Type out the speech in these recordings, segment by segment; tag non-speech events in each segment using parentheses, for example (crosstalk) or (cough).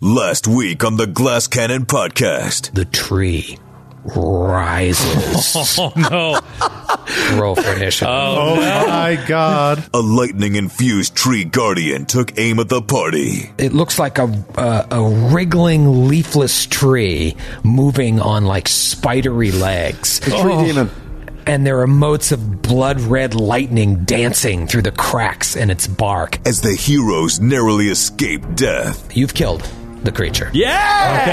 Last week on the Glass Cannon podcast. The tree rises. Oh no! (laughs) Roll for initiative. Oh, Oh my god. A lightning infused tree guardian took aim at the party. It looks like a, a a wriggling leafless tree moving on like spidery legs, Oh. The tree demon. and there are motes of blood red lightning dancing through the cracks in its bark. As the heroes narrowly escaped death, You've killed the creature. Yeah.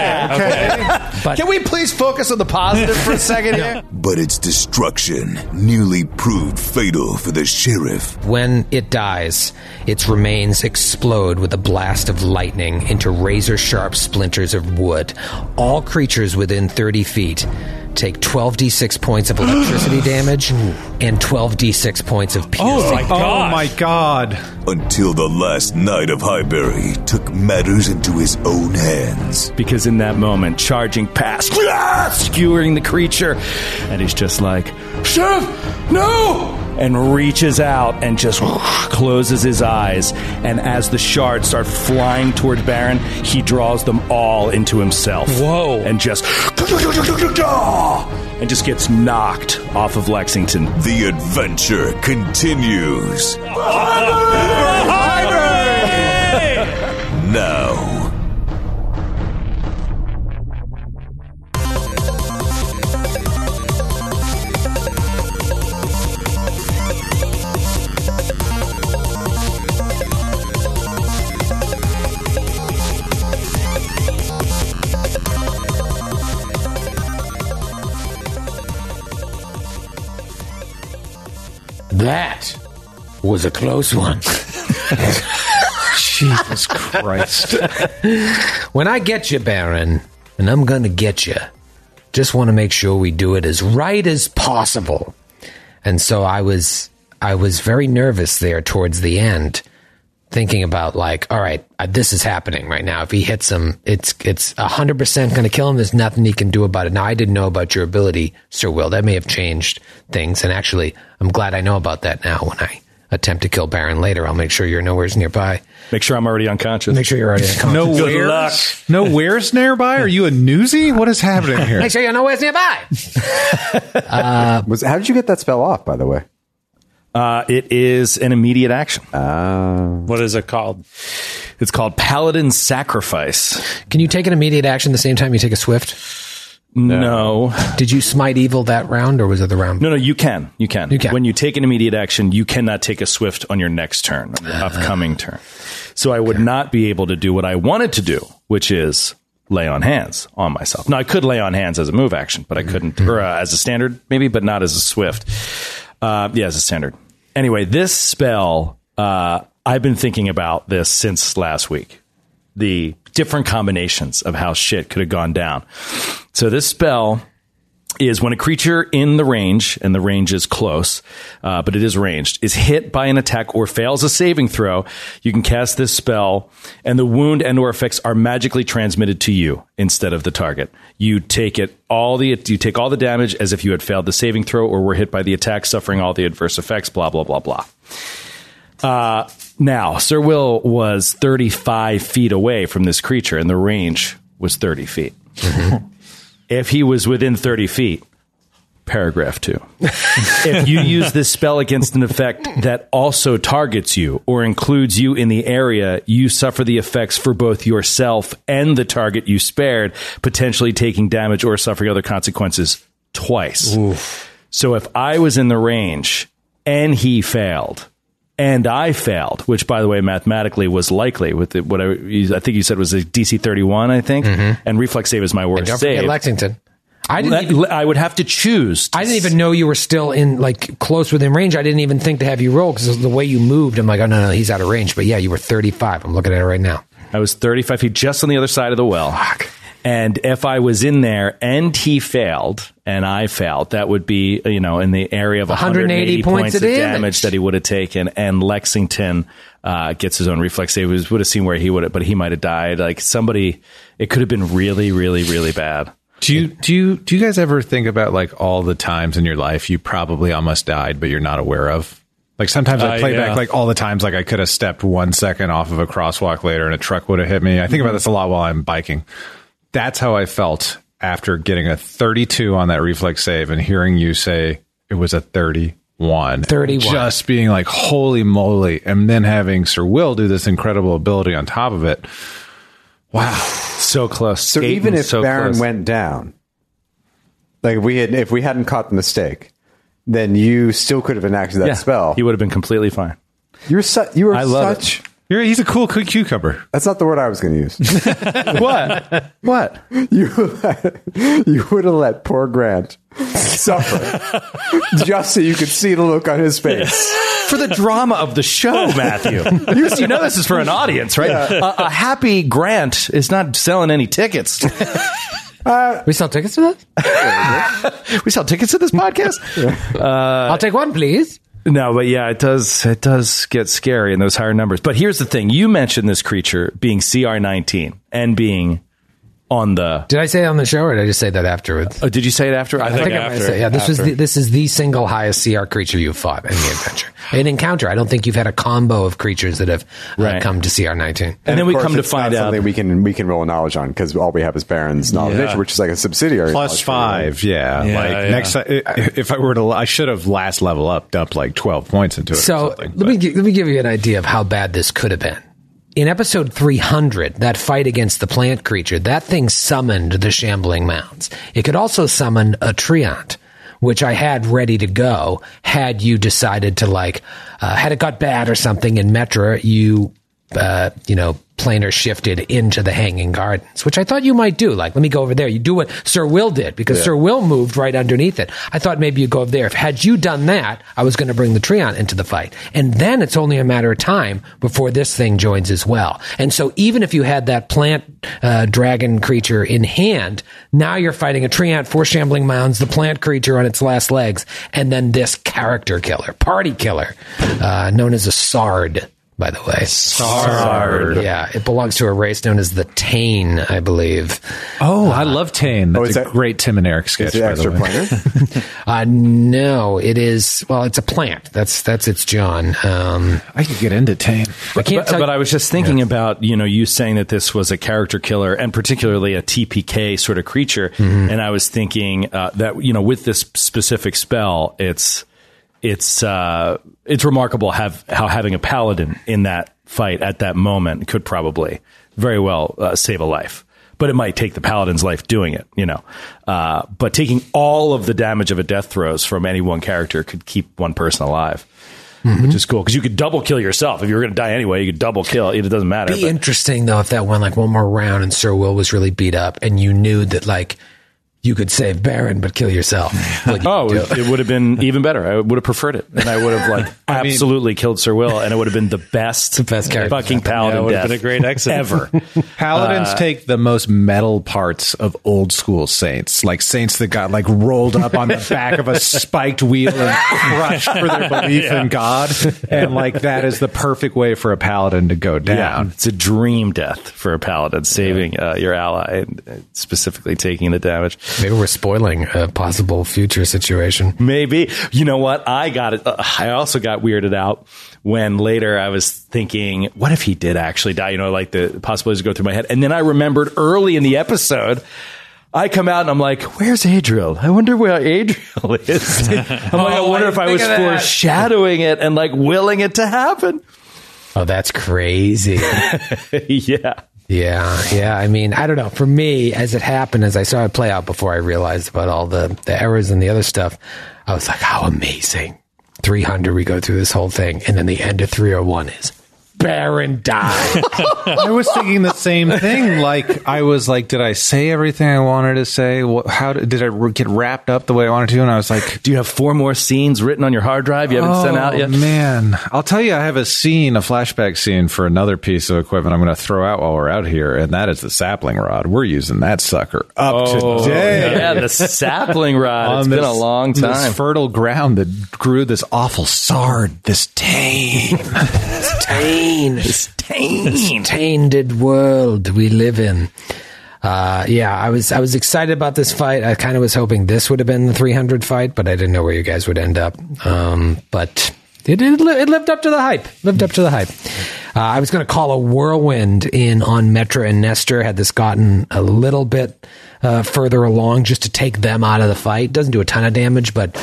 Okay, But- Can we please focus on the positive for a second here? but its destruction nearly proved fatal for the sheriff. When it dies, its remains explode with a blast of lightning into razor sharp splinters of wood. All creatures within 30 feet take 12d6 points of (gasps) electricity damage and 12d6 points of piercing. Oh my Oh god! my god. Until the last night of Highbury took matters into his own hands. Because in that moment, charging past, skewering the creature, and he's just like, Sheriff, no! And reaches out and just closes his eyes. And as the shards start flying towards Baron, he draws them all into himself. Whoa. And just. And just gets knocked off of Lexington. The adventure continues. Now. That was a close one. Jesus Christ. When I get you, Baron, and I'm going to get you, just want to make sure we do it as right as possible. And so I was I was very nervous there towards the end, thinking about like, all right, uh, this is happening right now. If he hits him, it's it's 100% going to kill him. There's nothing he can do about it. Now I didn't know about your ability, Sir Will. That may have changed things, and actually, I'm glad I know about that now when I attempt to kill Baron later. I'll make sure you're nowhere nearby. Make sure I'm already unconscious. Make sure you're already unconscious. No Good where's luck. No where's nearby? Are you a newsie? What is happening here? Make sure you're nowhere nearby. Was, how did you get that spell off, by the way? Uh, it is an immediate action. What is it called? It's called Paladin Sacrifice. Can you take an immediate action the same time you take a swift? No. Did you smite evil that round, or was it the round? No, no, you can. You can. You can. When you take an immediate action, you cannot take a swift on your next turn, on your Ah. upcoming turn. So I would not be able to do what I wanted to do, which is lay on hands on myself. Now, I could lay on hands as a move action, Mm-hmm. but I couldn't, or uh, as a standard, maybe, but not as a swift. Uh, yeah, as a standard. Anyway, this spell, uh, I've been thinking about this since last week the different combinations of how shit could have gone down. So this spell is when a creature in the range, and the range is close, uh, but it is ranged, is hit by an attack or fails a saving throw, you can cast this spell, and the wound and or effects are magically transmitted to you instead of the target. You take it all the you take all the damage as if you had failed the saving throw or were hit by the attack, suffering all the adverse effects. Blah blah blah blah. Uh, Now, Sir Will was 35 feet away from this creature, and the range was 30 feet. if he was within 30 feet, paragraph two. (laughs) if you use this spell against an effect that also targets you or includes you in the area, you suffer the effects for both yourself and the target you spared, potentially taking damage or suffering other consequences twice. So if I was in the range and he failed, and I failed, which by the way, mathematically was likely with the, what I, I think you said was a DC 31, I think, and reflex save is my worst Mm-hmm. Don't forget save. Lexington. I didn't. Let- even, le- I would have to choose. to I didn't even know you were still in like close within range. I didn't even think to have you roll because the way you moved, I'm like, oh no, no, he's out of range. But yeah, you were 35. I'm looking at it right now. I was 35 feet just on the other side of the well. And if I was in there and he failed and I failed, that would be, you know, in the area of 180 180, points points of of damage. damage. that he would have taken. And Lexington uh, gets his own reflex save. It would have seen where he would have, but he might have died. Like somebody, it could have been really, really, really bad. Do you do you do you guys ever think about like all the times in your life you probably almost died but you're not aware of? Like sometimes I Uh, play yeah. back like all the times like I could have stepped one second off of a crosswalk later and a truck would have hit me. I think about Mm-hmm. this a lot while I'm biking. That's how I felt after getting a 32 on that reflex save and hearing you say it was a 31. 31. Just being like, holy moly. And then having Sir Will do this incredible ability on top of it. Wow. So close. So even if Baron went down, like if we had if we hadn't caught the mistake, then you still could have enacted that Yeah. spell. He would have been completely fine. You're su- you are I love such. You're, he's a cool cu- cucumber. That's not the word I was going to (laughs) use. what? What? you (laughs) you would have let poor Grant suffer just so you could see the look on his face. For the drama of the show, Matthew. you, you know this is for an audience, right? A, a happy Grant is not selling any tickets. We sell tickets to this? Uh, we sell tickets to this podcast. I'll take one, please. No, but yeah, it does. It does get scary in those higher numbers. But here's the thing: you mentioned this creature being CR nineteen and being on the. Did I say it on the show, or did I just say that afterwards? Oh, did you say it after? I, I think I might say, yeah, this was the, this is the single highest CR creature you've fought in the adventure. An encounter. I don't think you've had a combo of creatures that have uh, Right. come to CR nineteen. and then we Of course, come to it's not find out. something we can we can roll knowledge on because all we have is Baron's knowledge, Yeah. which is like a subsidiary plus knowledge five. Yeah, Yeah, like yeah. next time, if I were to, I should have last level up, dumped like twelve points into it. So or something, let me gi- let me give you an idea of how bad this could have been. In episode 300, that fight against the plant creature, that thing summoned the shambling mounds. It could also summon a treant, which I had ready to go had you decided to like uh, had it got bad or something in Metra, you uh, you know, planar shifted into the Hanging Gardens, which I thought you might do. Like, let me go over there. You do what Sir Will did because Sir Will moved right underneath it. I thought maybe you go over there. If had you done that, I was going to bring the Treant into the fight, and then it's only a matter of time before this thing joins as well. And so, even if you had that plant uh, dragon creature in hand, now you're fighting a Treant, four shambling mounds, the plant creature on its last legs, and then this character killer, party killer, uh, known as a Sard. By the way, Sard. yeah, it belongs to a race known as the Tane, I believe. Oh, I love Tane. That's Oh, is a that- great Tim and Eric sketch. Is it By the extra way. planar? Uh, no, it is. Well, it's a plant. That's that's its John. Um, I could get into Tane. I can't But, tell. but I was just thinking about you know you saying that this was a character killer and particularly a TPK sort of creature, and I was thinking uh, that you know with this specific spell, it's it's uh, it's remarkable have how having a paladin in that fight at that moment could probably very well uh, save a life. But it might take the paladin's life doing it, you know. Uh, but taking all of the damage of a death throes from any one character could keep one person alive Mm-hmm. which is cool because you could double kill yourself if you were going to die anyway. You could double kill. It doesn't matter. be interesting though if that went like one more round and Sir Will was really beat up, and you knew that like you could save Baron but kill yourself. What you (laughs) (laughs) oh, do. it, would have been even better. I would have preferred it, and I would have (laughs) like mean- absolutely killed Sir Will, and it would have been the best, best character. fucking Yeah, it paladin would death have been a great exit. (laughs) ever. Paladins Uh, take the most metal parts of old school saints, like saints that got like rolled up on the back of a spiked wheel and crushed for (laughs) their belief in God, and like that is the perfect way for a paladin to go down. it's a dream death for a paladin, saving uh, your ally and uh, specifically taking the damage. Maybe we're spoiling a possible future situation. Maybe. You know what? I got it. uh, I also got weirded out when later I was thinking, what if he did actually die? You know, like the possibilities go through my head. And then I remembered early in the episode, I come out and I'm like, where's Adriel? I wonder where Adriel (laughs) (laughs) is. I'm like, I Oh, wonder I if I didn't think was of that. foreshadowing it and like willing it to happen. (laughs) Oh, that's crazy. yeah. Yeah, yeah. I mean, I don't know. For me, as it happened, as I saw it play out before I realized about all the, the errors and the other stuff, I was like, how amazing. 300, we go through this whole thing. And then the end of 301 is Baron die. I was thinking the same thing. Like I was like, did I say everything I wanted to say? Wha- How did, did I r- get wrapped up the way I wanted to? And I was like, Do you have four more scenes written on your hard drive you haven't oh sent out yet? man, I'll tell you, I have a scene, a flashback scene for another piece of equipment I'm going to throw out while we're out here, and that is the sapling rod. We're using that sucker up today. Yeah, (laughs) the sapling rod. On It's been this- a long time. This fertile ground that grew this awful sard, this tame. Tane. Dang. tainted world we live in. Uh, yeah, I was I was excited about this fight. I kind of was hoping this would have been the 300 fight, but I didn't know where you guys would end up. Um, but It, it, li- it lived up to the hype. Lived up to the hype. Uh, I was going to call a whirlwind in on Metra and Nestor had this gotten a little bit uh, further along just to take them out of the fight. Doesn't do a ton of damage, but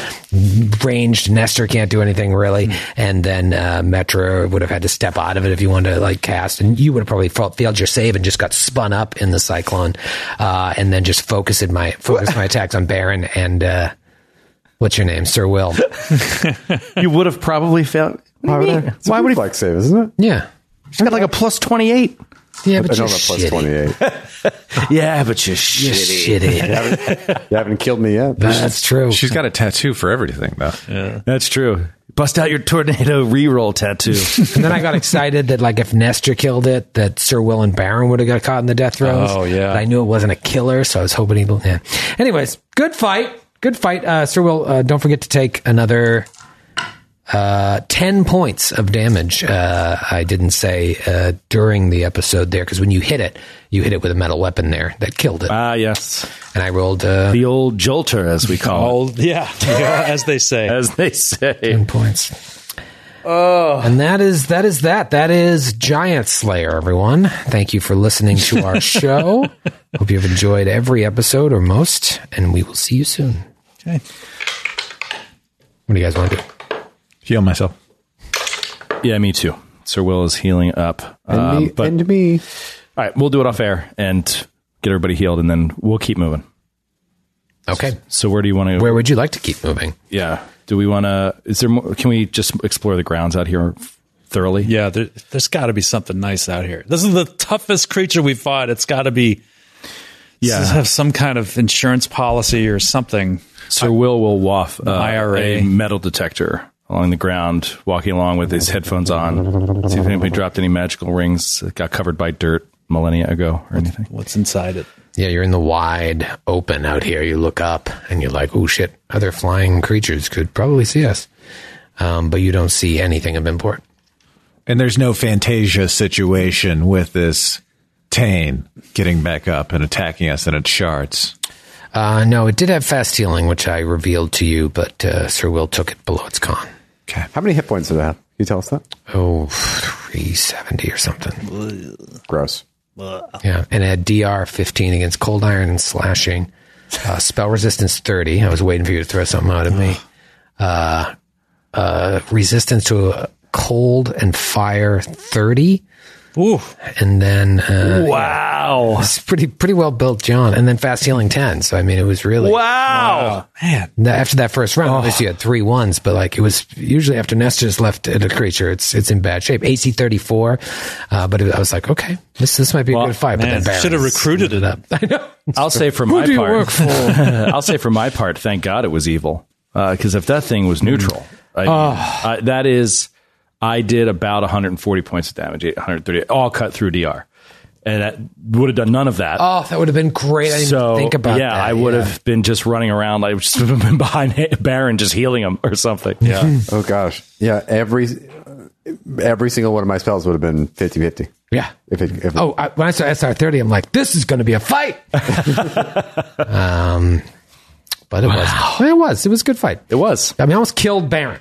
ranged Nestor can't do anything really. And then uh, Metra would have had to step out of it if you wanted to like cast. And you would have probably fa- failed your save and just got spun up in the cyclone. Uh, and then just focused my, focused my attacks on Baron and. Uh, What's your name, Sir (laughs) Will? (laughs) you would have probably failed. Why would, I, why would he flex save? Isn't it? Yeah. She's got like a plus 28. Yeah, I but don't you're have plus shitty. twenty eight. Yeah, but you're You're shit. (laughs) shitty. You haven't killed me yet. That's true. (laughs) She's got a tattoo for everything, though. That's true. Bust out your tornado reroll tattoo. and then I got excited that like if Nestor killed it, that Sir Will and Baron would have got caught in the death throes. Oh, yeah. But I knew it wasn't a killer, so I was hoping he. Yeah. Anyways, good fight. Good fight, uh, Sir Will. Uh, don't forget to take another uh, ten points of damage. Uh, I didn't say uh, during the episode there because when you hit it, you hit it with a metal weapon there that killed it, Ah, yes. and I rolled uh, The old jolter, as we call Old, yeah, yeah, as they say. it, as they say. ten points. Oh. And that is that is that. That is Giant Slayer, everyone. Thank you for listening to our show. Hope you've enjoyed every episode or most, and we will see you soon. Okay. What do you guys want to do? Heal myself. Yeah, me too. Sir Will is healing up. and, Um, me, but, and me. all right, we'll do it off air and get everybody healed, and then we'll keep moving. Okay. So, where do you want to? Where would you like to keep moving? Yeah. Do we want to? Is there? More, can we just explore the grounds out here thoroughly? yeah, there, there's got to be something nice out here. This is the toughest creature we fought. It's got to be Yeah. have some kind of insurance policy or something. Sir Will will waff uh, IRA. a metal detector along the ground, walking along with his headphones on. See if anybody dropped any magical rings that got covered by dirt millennia ago or anything. What's inside it? Yeah, you're in the wide open out here. You look up and you're like, oh shit, other flying creatures could probably see us. Um, but you don't see anything of import. And there's no Fantasia situation with this Tane getting back up and attacking us in its shards. Uh, no, it did have fast healing, which I revealed to you, but uh, Sir Will took it below its con. How many hit points did I have? Can you tell us that? Oh, 370 or something. Gross. Yeah. And it had DR 15 against cold iron and slashing. Uh, spell resistance 30. I was waiting for you to throw something out at (sighs) me. Uh, uh, resistance to uh, cold and fire 30. Ooh, And then uh, Wow. it's pretty pretty well built, John. And then fast healing 10. So, I mean, it was really. Oh, Wow. Now, after that first Oh. round, obviously you had three ones, but like it was usually after Nestor's left at a creature, it's it's in bad shape. AC thirty four, uh, but it, I was like, okay, this this might be a good fight. man, but then should have Barron's recruited it. I know. I'll say for my do you part. work for? (laughs) I'll say for my part. Thank God it was evil. Because if that thing was neutral, I, Ah. I- that is, I did about 140 points of damage, 130, all cut through DR, and that would have done none of that. Oh, that would have been great. I didn't so even think about yeah, that. I would have been just running around. like just (laughs) been behind Baron, just healing him or something. Yeah, Oh gosh. Yeah. Every every single one of my spells would have been 50-50. Yeah. If it, if it- Oh, I, when I saw SR thirty, I'm like, this is going to be a (laughs) fight. um, but it was. It was. It was a good fight. it was. I mean, I almost killed Baron.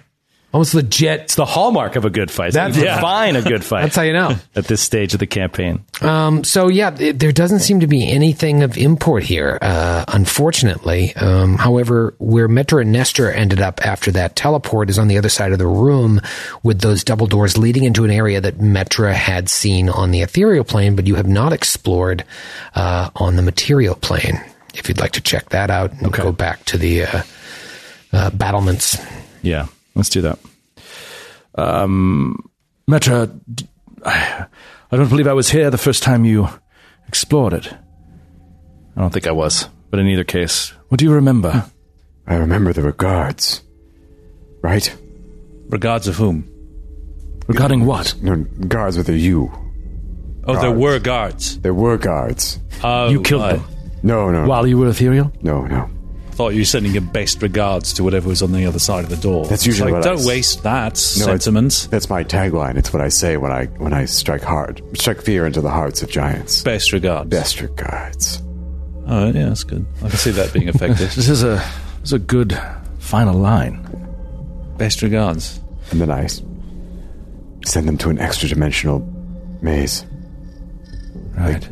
Almost legit. It's the hallmark of a good fight. That's- That's yeah. define a good (laughs) fight That's how you know. at this stage of the campaign. Um, so yeah, th- there doesn't seem to be anything of import here, uh, unfortunately. Um, however, where Metra and Nestor ended up after that teleport is on the other side of the room with those double doors leading into an area that Metra had seen on the ethereal plane, but you have not explored uh, on the material plane. If you'd like to check that out and go back to the uh, uh, battlements. Yeah, let's do that. Um, Metra, d- I, I don't believe I was here the first time you explored it. I don't think I was, but in either case, what do you remember? I remember there were guards. Right? Regards of whom? Regarding what? No, guards with a U. Oh, there were guards. There were guards. Oh, you killed I them No, no, while you were ethereal? no, no. Thought you were sending your best regards to whatever was on the other side of the door. That's It's usually like, what I don't s- waste that No, it's- sentiments. That's my tagline. It's what I say when I when I strike hard, strike fear into the hearts of giants. Best regards. Bester guards. Oh, yeah, that's good. I can see that (laughs) being effective. This is a this is a good final line. best regards. And then I s- send them to an extra dimensional maze. Right.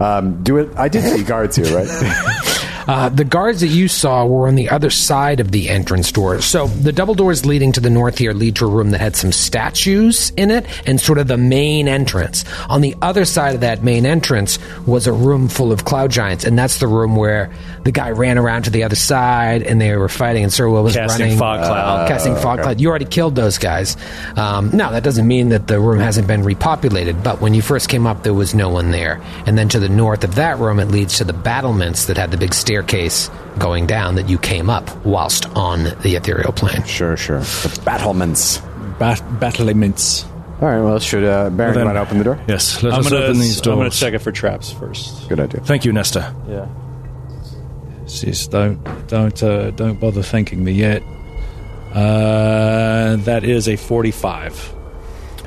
Um, do it. I did see guards here, right? (laughs) Uh, the guards that you saw were on the other side of the entrance door. So the double doors leading to the north here lead to a room that had some statues in it and sort of the main entrance. On the other side of that main entrance was a room full of cloud giants, and that's the room where the guy ran around to the other side and they were fighting, and Sir Will was Casting running. fog cloud. Uh, casting fog cloud. You already killed those guys. Um, now, that doesn't mean that the room hasn't been repopulated, but when you first came up, there was no one there. And then to the north of that room, it leads to the battlements that had the big staircase going down that you came up whilst on the ethereal plane. sure, sure. The battlements. Bat- battlements. All right. Well, should uh, Baron then- want to open the door? Yes. Let I'm us gonna, open these I'm gonna doors. check it for traps first. Good idea. Thank you, Nesta. Yeah. Jeez, don't don't uh, don't bother thanking me yet. Uh, that is a 45.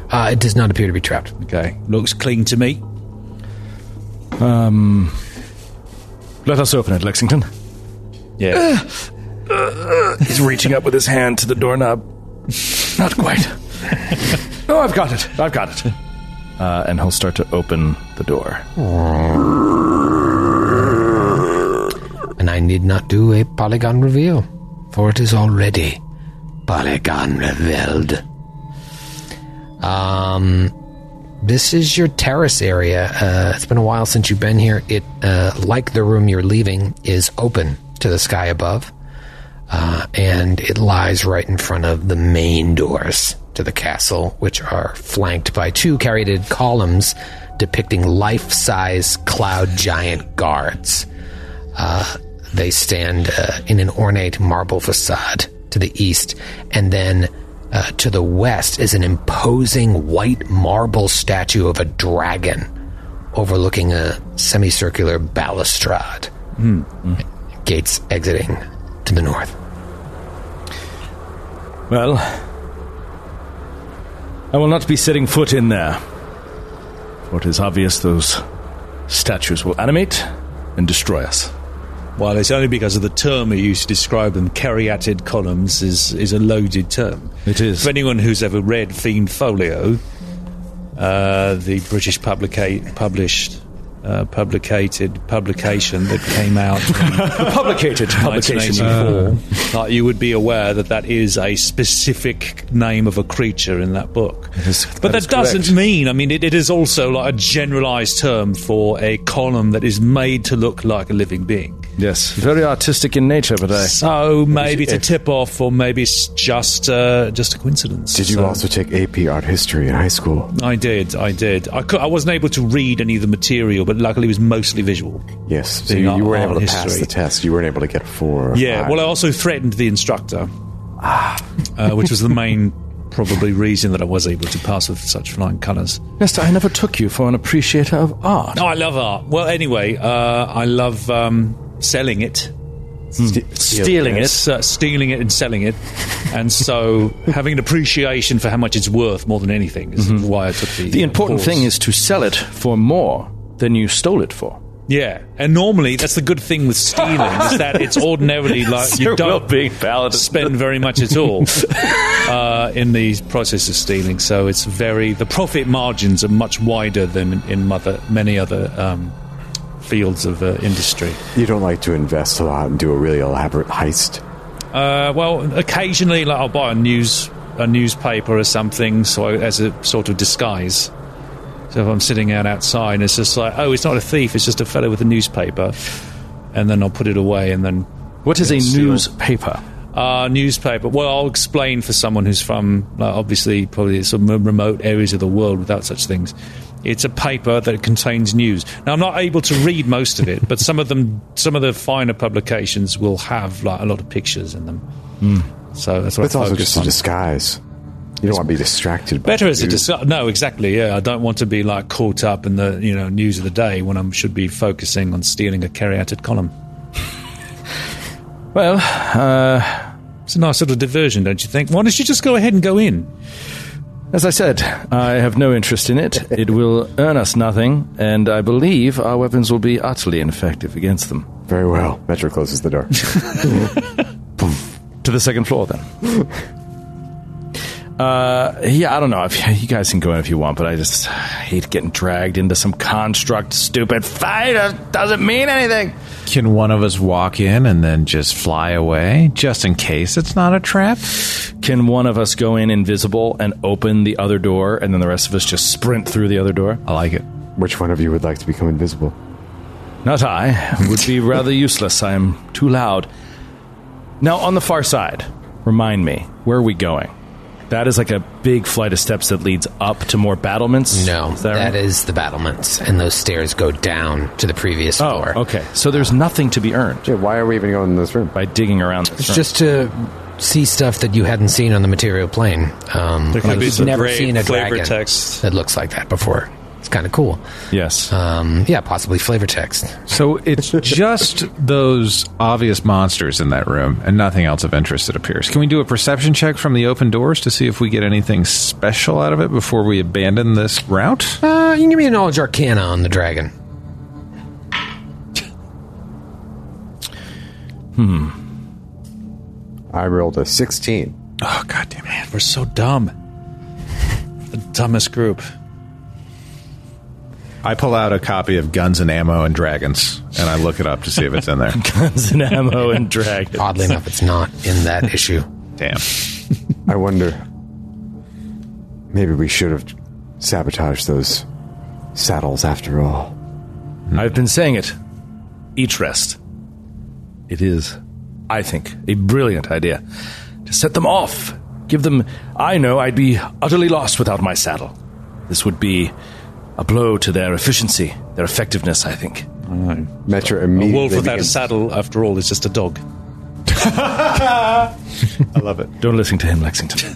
Uh, it does not appear to be trapped. Okay, looks clean to me. Let us open it, Lexington. Yeah. (sighs) He's reaching up with his hand to the doorknob. Not (laughs) quite. oh, I've got it. I've got it. Uh, and he'll start to open the door. And I need not do a polygon reveal, for it is already polygon revealed. Um, this is your terrace area. Uh, it's been a while since you've been here. It, uh, like the room you're leaving, is open to the sky above, uh, and it lies right in front of the main doors to the castle, which are flanked by two carried columns depicting life-size cloud giant guards. They stand uh, in an ornate marble facade to the east, and then uh, to the west is an imposing white marble statue of a dragon overlooking a semicircular balustrade. Hmm. Gates exiting to the north. Well, I will not be setting foot in there. For it is obvious those statues will animate and destroy us. well, it's only because of the term we used to describe them. Caryatid columns is is a loaded term. It is. For anyone who's ever read Fiend Folio, uh, the British publica- published. Uh, publicated publication that came out Publicated (laughs) publication. uh. 1984, like you would be aware that that is a specific name of a creature in that book. is- but that that, is doesn't correct. mean, I mean, it, it is also like a generalized term for a column that is made to look like a living being. Uh, yes, very artistic in nature, but I. So maybe it's a tip off, or maybe it's just uh, just a coincidence. Did you So- also take AP Art History in high school? I did, I did. I, cou- I wasn't able to read any of the material, but luckily it was mostly visual. Yes. So In you, art- you weren't art able to pass history. the test. You weren't able to get a four. Or a Yeah, five. well, I also threatened the instructor, uh, which was the main (laughs) probably reason that I was able to pass with such flying colours. Nesta, I never took you for an appreciator of art. No, Oh, I love art. Well, anyway, uh, I love um, selling it. Hmm. Stealing it. S- uh, stealing it and selling it, and so (laughs) having an appreciation for how much it's worth more than anything is why I took the. The uh, important course. thing is to sell it for more than you stole it (laughs) for. yeah, and normally that's the good thing with stealing is that it's ordinarily like you don't spend very much at all uh, in the process of stealing. So it's very the profit margins are much wider than in, in mother, many other um, fields of uh, industry. you don't like to invest a lot and do a really elaborate heist. Uh, well, occasionally, like I'll buy a news a newspaper or something, so as a sort of disguise. So if I'm sitting out outside, it's just like, oh, it's not a thief; it's just a fellow with a newspaper. And then I'll put it away, and then What is a steal. newspaper? uh, newspaper. Well, I'll explain for someone who's from like, obviously probably some remote areas of the world without such things. It's a paper that contains news. Now, I'm not able to read most of it, but some of them, some of the finer publications will have like a lot of pictures in them. So that's what It's I Hmm. also focus just a on. disguise. You don't want to be distracted. By Better as a news. dis- no, exactly. Yeah, I don't want to be like caught up in the you know news of the day when I should be focusing on stealing a caryatid column. Well, uh, It's a nice little diversion, don't you think? Why don't you just go ahead and go in? as I said, I have no interest in it. It will earn us nothing, and I believe our weapons will be utterly ineffective against them. Very well. Metro closes the door. To the second floor, then. Uh, yeah, I don't know. If, (laughs) you guys can go in if you want, but I just hate getting dragged into some construct, stupid fight. It doesn't mean anything. Can one of us walk in and then just fly away, just in case it's not a trap? Can one of us go in invisible and open the other door, and then the rest of us just sprint through the other door? I like it. Which one of you would like to become invisible? Not I. Would be rather useless. I am too loud. Now, on the far side, remind me, where are we going? That is like a big flight of steps that leads up to more battlements. No, Is that right? is the battlements, and those stairs go down to the previous Oh, floor. okay. So there's nothing to be earned Yeah, why are we even going in this room? by digging around. This It's room. just to see stuff that you hadn't seen on the material plane. Um, There could I've be some never great seen a flavor dragon text. that looks like that before. It's kind of cool. (laughs) yes. Um, yeah, possibly flavor text. So (laughs) it's just those obvious monsters in that room and nothing else of interest, it appears. Can we do a perception check from the open doors to see if we get anything special out of it before we abandon this route? Uh, you can give me a knowledge arcana on the dragon. I rolled a 16. Oh, God damn it. We're so dumb. The dumbest group. I pull out a copy of Guns and Ammo and Dragons and I look it up to see if it's in (laughs) there. Guns and ammo (laughs) and dragons. Oddly enough, it's not in that issue. Damn. I wonder. Maybe we should have sabotaged those saddles after all. I've been saying it. Each rest. It is, I think, a brilliant idea to set them off. Give them. I know I'd be utterly lost without my saddle. This would be a blow to their efficiency, their effectiveness, I think. Metro A immediately. wolf without a begins- saddle, after all, is just a (laughs) dog. Don't listen to him, Lexington.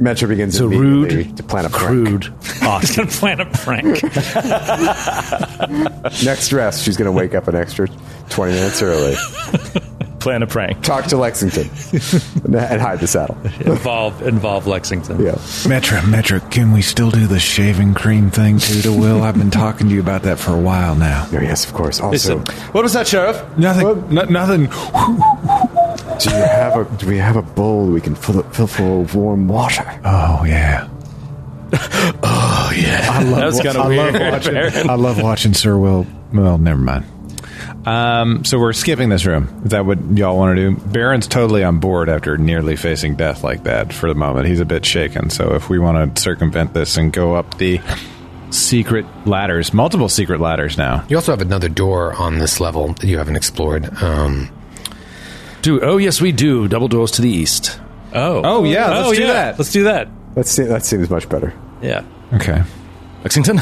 Metro begins a immediately rude, to plan a prank. Crude. thought. (laughs) Can plan a prank. Next rest, she's going to wake up an extra 20 minutes early. Plan a prank. Talk to Lexington and hide the saddle. (laughs) involve involve Lexington. Yeah. Metra, Metra, can we still do the shaving cream thing too to Will? I've been talking to you about that for a while now. No, yes, of course. Also, Listen. What was that, Sheriff? Nothing. n- nothing. do you have a do we have a bowl we can fill fill full of warm water? Oh, yeah. (laughs) Yeah. that was kind of (laughs) weird. I love watching Sir Will. Well, never mind. Um, so we're skipping this room. Is that what y'all want to do? Baron's totally on board after nearly facing death like that for the moment. He's a bit shaken. So if we want to circumvent this and go up the secret ladders, multiple secret ladders now. You also have another door on this level that you haven't explored. Um, Dude, oh, yes, we do. Double doors to the east. Oh. Oh, yeah, let's do that. Let's do that. That seems, that seems much better. Yeah. Okay. Lexington,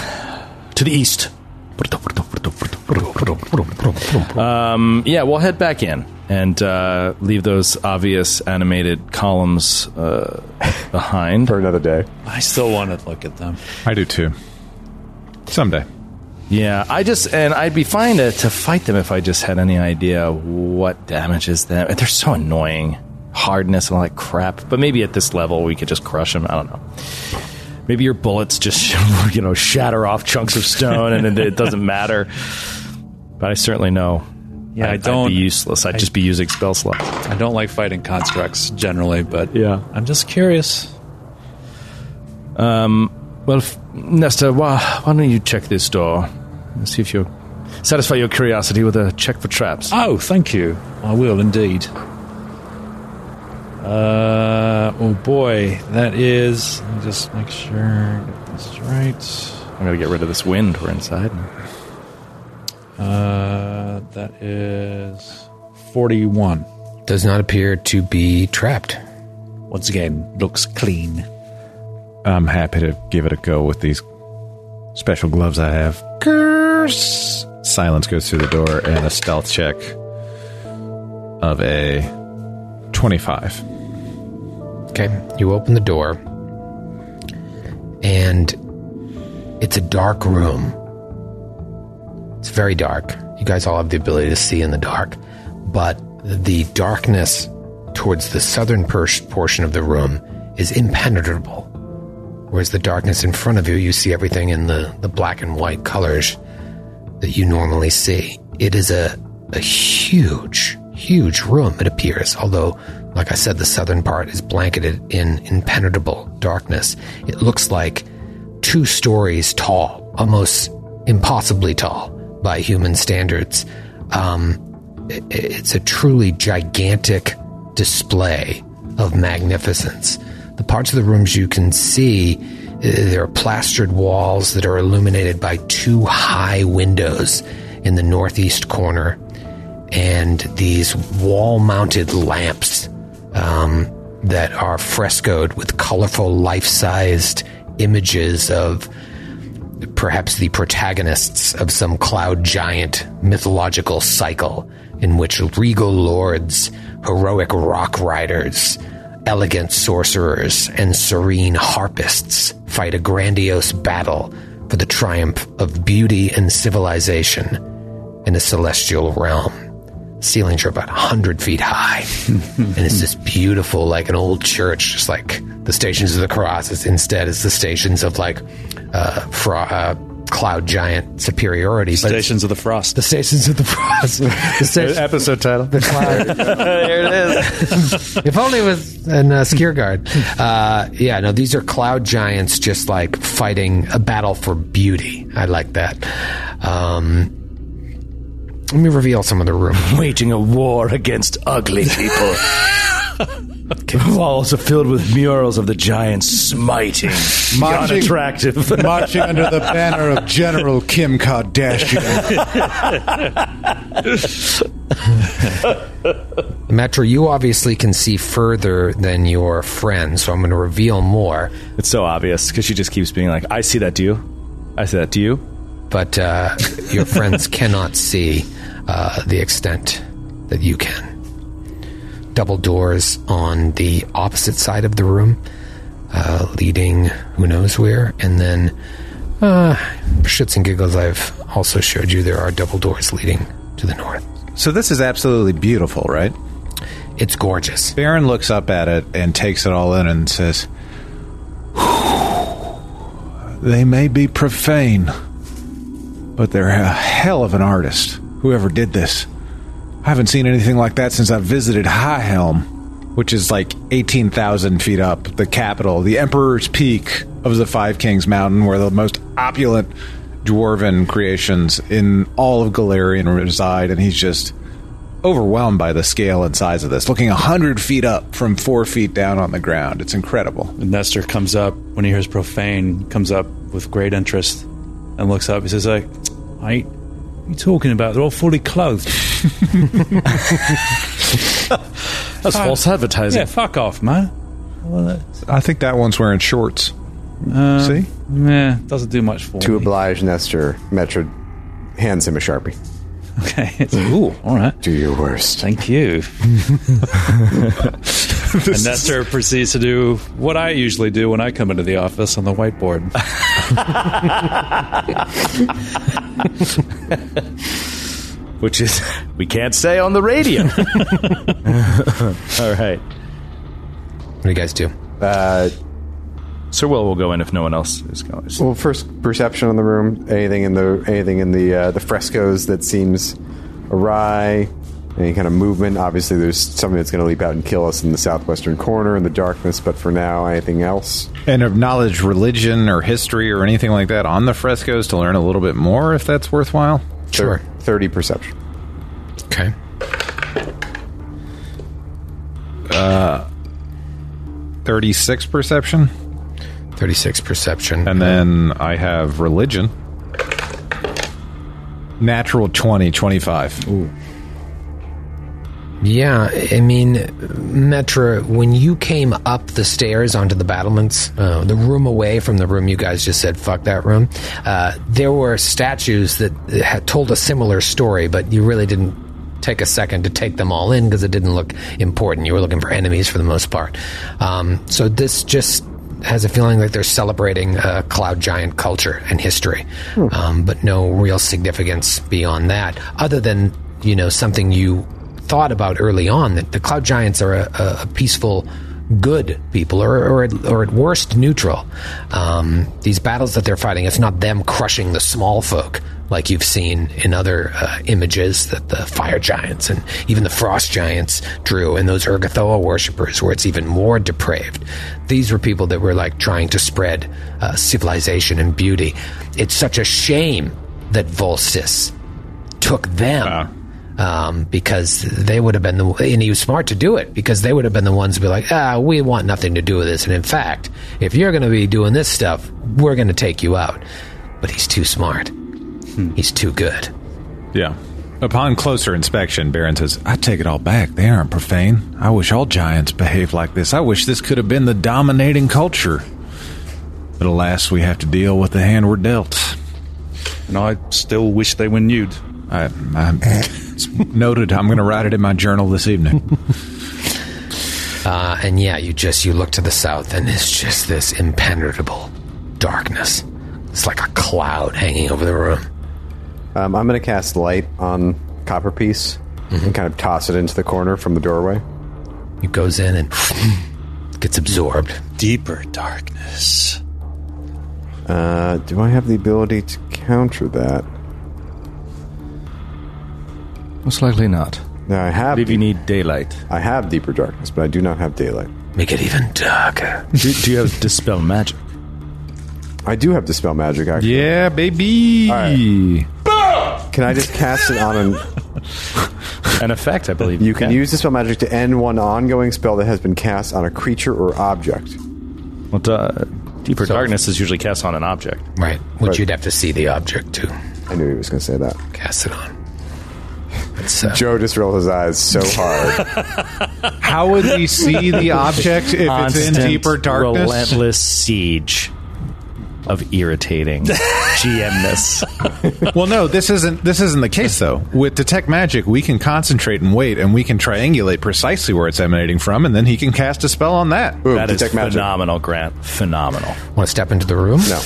to the east. Um, yeah, we'll head back in and uh, leave those obvious animated columns uh, behind. For another day. I still want to look at them. I do too. Someday. Yeah, I just and I'd be fine to, to fight them if I just had any idea what damages them. They're so annoying, hardness and all that crap. But maybe at this level we could just crush them. I don't know. Maybe your bullets just (laughs) you know shatter off chunks of stone and it, it doesn't matter. But I certainly know. Yeah, I I'd- I'd don't- be useless. I'd just be using spell slots. I don't like fighting constructs generally, but Yeah. I'm just curious. Well, f- Nesta, why, why don't you check this door? See if you satisfy your curiosity with a check for traps. Oh, thank you. I will indeed. Uh, oh boy, that is. Let me just make sure I get this right. I'm gonna get rid of this wind. We're inside. Uh, that is forty-one. does not appear to be trapped. Once again, looks clean. I'm happy to give it a go with these special gloves I have. Curse! Silence goes through the door and a stealth check of a 25. Okay, you open the door, and it's a dark room. It's very dark. You guys all have the ability to see in the dark, but the darkness towards the southern per- portion of the room is impenetrable. Whereas the darkness in front of you, you see everything in the, the black and white colors that you normally see. It is a, a huge, huge room, it appears, although Like I said, the southern part is blanketed in impenetrable darkness. It looks like two stories tall, almost impossibly tall by human standards. Um, i- i- it's a truly gigantic display of magnificence. The parts of the rooms you can see, uh, there are plastered walls that are illuminated by two high windows in the northeast corner, and these wall mounted lamps um, that are frescoed with colorful life sized images of perhaps the protagonists of some cloud giant mythological cycle in which regal lords, heroic rock riders, elegant sorcerers, and serene harpists fight a grandiose battle for the triumph of beauty and civilization in a celestial realm. Ceilings are about 100 feet high. and it's this beautiful, like an old church, just like the Stations of the Cross. It's, instead, it's the Stations of like uh, fro- uh, Cloud Giant Superiority. but it's- Stations of the Frost. the Stations of the Cross. (laughs) The Stations Episode title. there it is. if only it was an uh, Skiergard. Uh, yeah, no, these are cloud giants just like fighting a battle for beauty. I like that. Um, let me reveal some of the room. Waging a war against ugly (laughs) people. Walls are filled with murals of the giants (laughs) smiting the Marching- unattractive. Marching under the banner of General Kim Kardashian. Metro, you obviously can see further than your friend, so I'm going to reveal more. (laughs) It's so obvious because she just keeps being like, "I see that. Do you? I see that. Do you?" But uh, your friends cannot see uh, the extent that you can. Double doors on the opposite side of the room, uh, leading who knows where, and then uh, shits and giggles. I've also showed you there are double doors leading to the north. so this is absolutely beautiful, right? It's gorgeous. Baron looks up at it and takes it all in and says, They may be profane, but they're a hell of an artist, whoever did this. I haven't seen anything like that since I visited High Helm, which is like 18,000 feet up, the capital, the Emperor's Peak of the Five Kings Mountain, where the most opulent dwarven creations in all of Galarian reside, and he's just overwhelmed by the scale and size of this. Looking 100 feet up from four feet down on the ground. It's incredible. And Nestor comes up when he hears profane, comes up with great interest and looks up. He says, like, mate, what are you talking about? They're all fully clothed. That's false advertising. yeah, fuck off, man. I think that one's wearing shorts. See? Yeah, doesn't do much for To me. oblige Nestor, Metro hands him a sharpie. (laughs) Okay. It's, ooh, all right. Do your worst. Thank (laughs) you. and Nestor proceeds to do what I usually do when I come into the office on the whiteboard. which is (laughs) we can't say on the radio. (laughs) All right. What do you guys do? Uh, Sir Will will go in if no one else is going. Well, first perception on the room. Anything in the anything in the uh, the frescoes that seems awry. Any kind of movement. Obviously, there's something that's going to leap out and kill us in the southwestern corner in the darkness. But for now, anything else? And acknowledge religion or history or anything like that on the frescoes to learn a little bit more if that's worthwhile. Sure. Thirty perception. Okay. Thirty-six perception, 36 perception. and then I have religion. Natural 20, 25. Yeah, I mean, Metra, when you came up the stairs onto the battlements, uh, the room away from the room you guys just said, fuck that room, uh, there were statues that had told a similar story, but you really didn't take a second to take them all in because it didn't look important. You were looking for enemies for the most part. Um, so this just has a feeling like they're celebrating uh, cloud giant culture and history, um, but no real significance beyond that, other than, you know, something you thought about early on that the cloud giants are a, a, a peaceful good people or, or, at, or at worst neutral um, these battles that they're fighting it's not them crushing the small folk like you've seen in other uh, images that the fire giants and even the frost giants drew, and those Urgathoa worshippers, where it's even more depraved. These were people that were like trying to spread uh, civilization and beauty. It's such a shame that Volsis took them um, because they would have been the and he was smart to do it because they would have been the ones to be like ah we want nothing to do with this and in fact if you're going to be doing this stuff we're going to take you out but he's too smart he's too good Yeah. Upon closer inspection, Baron says, I take it all back. They aren't profane. I wish all giants behaved like this. I wish this could have been the dominating culture. But alas, we have to deal with the hand we're dealt. And I still wish they were nude. I, I, (laughs) it's noted. I'm going to write it in my journal this evening. uh, and yeah you just you look to the south and it's just this impenetrable darkness it's like a cloud hanging over the room Um, I'm going to cast light on Copperpiece and kind of toss it into the corner from the doorway. it goes in and (sniffs) gets absorbed Deeper darkness. Uh, do I have the ability to counter that? Most likely not. No, I I have. believe you need daylight. I have deeper darkness, but I do not have daylight. make it even darker do, do you have dispel magic? I do have dispel magic. Actually, yeah, baby. can I just cast it on an? An effect, I believe. You can use dispel magic to end one ongoing spell that has been cast on a creature or object. Well, duh, deeper So- darkness is usually cast on an object. right which Right. you'd have to see the object to I knew he was going to say that. cast it on. It's, uh, Joe just rolled his eyes so hard. How would we see the object if it's in Constant, deeper darkness? relentless siege of (laughs) irritating GMness. Well, no, this isn't this isn't the case though. With detect magic, we can concentrate and wait, and we can triangulate precisely where it's emanating from, and then he can cast a spell on that. Boom, That is detect magic. phenomenal, Grant. Phenomenal. Want to step into the room? No,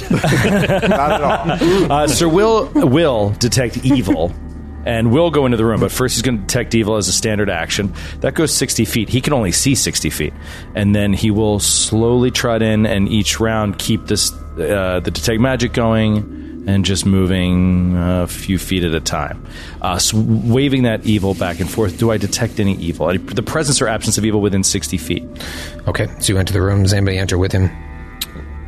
not at all. Uh, Sir Will will detect evil, and will go into the room. But first, he's going to detect evil as a standard action. That goes sixty feet. He can only see sixty feet, and then he will slowly trot in, and each round keep this uh, the detect magic going, and just moving a few feet at a time, uh, so waving that evil back and forth. Do I detect any evil? The presence or absence of evil within sixty feet. Okay, so you enter the room. Does anybody enter with him?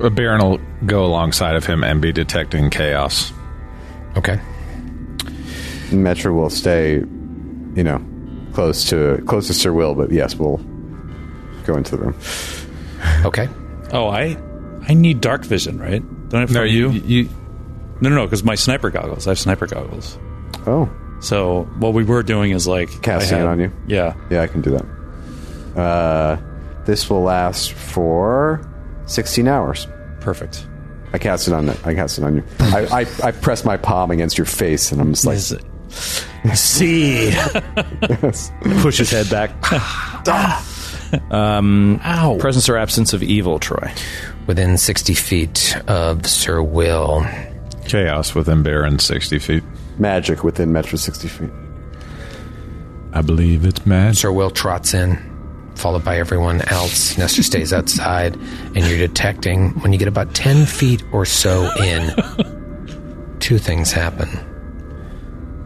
A Baron will go alongside of him and be detecting chaos. Okay. Metro will stay, you know, close to close to Sir Will, but yes, we'll go into the room. Okay. Oh, I I need dark vision, right? Don't I have no, you No, no, no, because my sniper goggles. I have sniper goggles. Oh, So what we were doing is like I Casting it had- on you? Yeah, yeah, I can do that. Uh, this will last for sixteen hours. perfect. I cast it on. I cast it on you. I, I, I press my palm against your face, and I'm just like, Is it- (laughs) See, push his head back. Ow! presence or absence of evil, Troy. Within 60 feet of Sir Will. chaos within Baron sixty feet. magic within Metro sixty feet. I believe it's magic. Sir Will trots in, followed by everyone else. Nestor stays outside, and you're detecting when you get about 10 feet or so in, two things happen.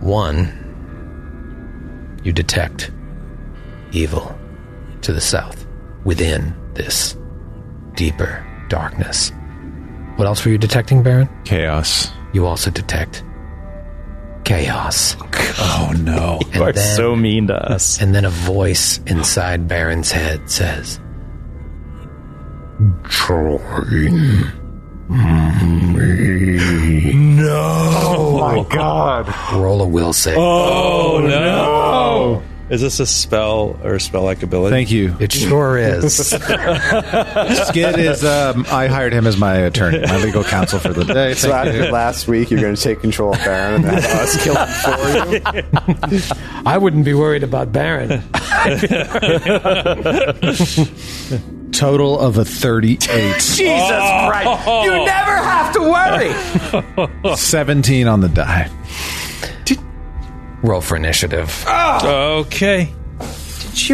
One, you detect evil to the south within this deeper darkness. What else were you detecting, Baron? Chaos. You also detect chaos. Oh no! You are then- so mean to us. (laughs) And then a voice inside Baron's head says, Join me. Oh my God! Roll a will save. Oh no! Oh. Is this a spell or a spell like ability? Thank you. It sure (laughs) is. Skid is. Um, I hired him as my attorney, my legal counsel for the (laughs) day. So after last week, you're going to take control of Baron and have us kill him (laughs) for you. I wouldn't be worried about Baron. Total of a (laughs) thirty-eight. Oh. Jesus Christ! You never have to worry. Seventeen on the die. Roll for initiative. Okay. It's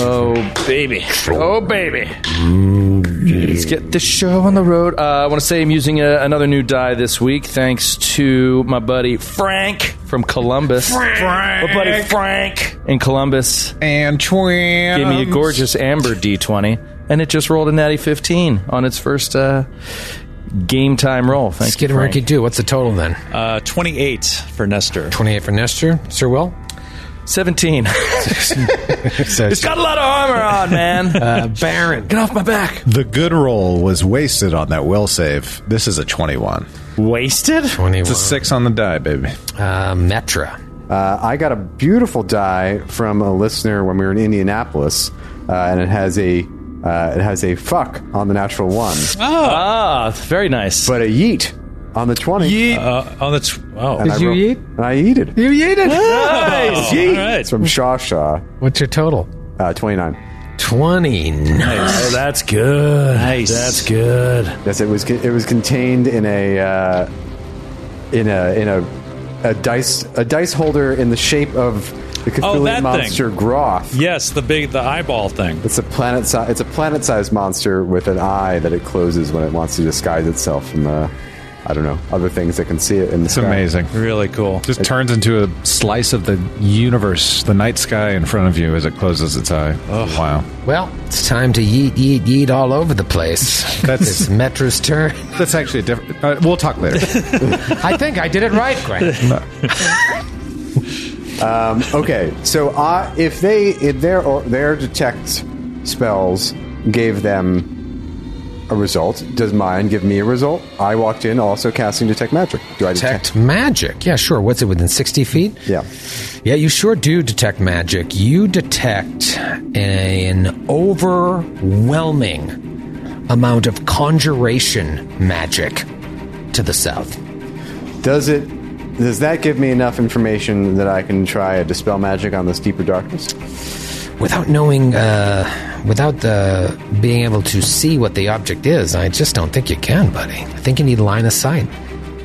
Oh baby, oh baby. Let's get the show on the road. Uh, I want to say I'm using a, another new die this week, thanks to my buddy Frank from Columbus. My buddy Frank in Columbus And twin. gave me a Um, gorgeous amber d20, and it just rolled a natty 15 on its first uh, game time roll. Thanks, Skid and Frank. Ricky do. What's the total then? Uh, 28 for Nestor. 28 for Nestor. Sir Will? (laughs) 17. Says, it's got a lot of armor (laughs) on, man. uh, Baron. Get off my back. The good roll was wasted on that will save. This is a 21. Wasted? 21. It's a 6 on the die, baby. Uh, Metra. Uh, I got a beautiful die from a listener when we were in Indianapolis, uh, and it has a uh, it has a fuck on the natural one, Ah, very nice. but a yeet on the twenty. Uh, on the tw- oh, And I you ro- yeet? And I yeeted. You yeeted. Nice. All right. It's from Shawshaw, What's your total? uh, twenty nine. 29. Oh, that's good. Nice. That's good. Yes, it was. con- It was contained in a uh, in a in a a dice a dice holder in the shape of the Oh, Cthulhu that thing. monster Groth. Yes, the big the eyeball thing. It's a planet. Si- it's a planet-sized monster with an eye that it closes when it wants to disguise itself from uh, I don't know other things that can see it in the It's sky. amazing. Really cool. Just turns into a slice of the universe, the night sky in front of you as it closes its eye. Wow. Well, it's time to yeet, yeet, yeet all over the place. That's- it's Metra's turn. That's actually a different. Uh, we'll talk later. I think I did it right, Greg. Okay, so uh, if they if their their detect spells gave them a result, does mine give me a result? I walked in also casting detect magic. Do I detect? (laughs) detect magic. Yeah, sure. What's it within 60 feet? Yeah. Yeah, you sure do detect magic. You detect an overwhelming amount of conjuration magic to the south. Does it? Does that give me enough information that I can try a dispel magic on this deeper darkness? Without knowing, uh, without uh, being able to see what the object is, I just don't think you can, buddy. I think you need line of sight.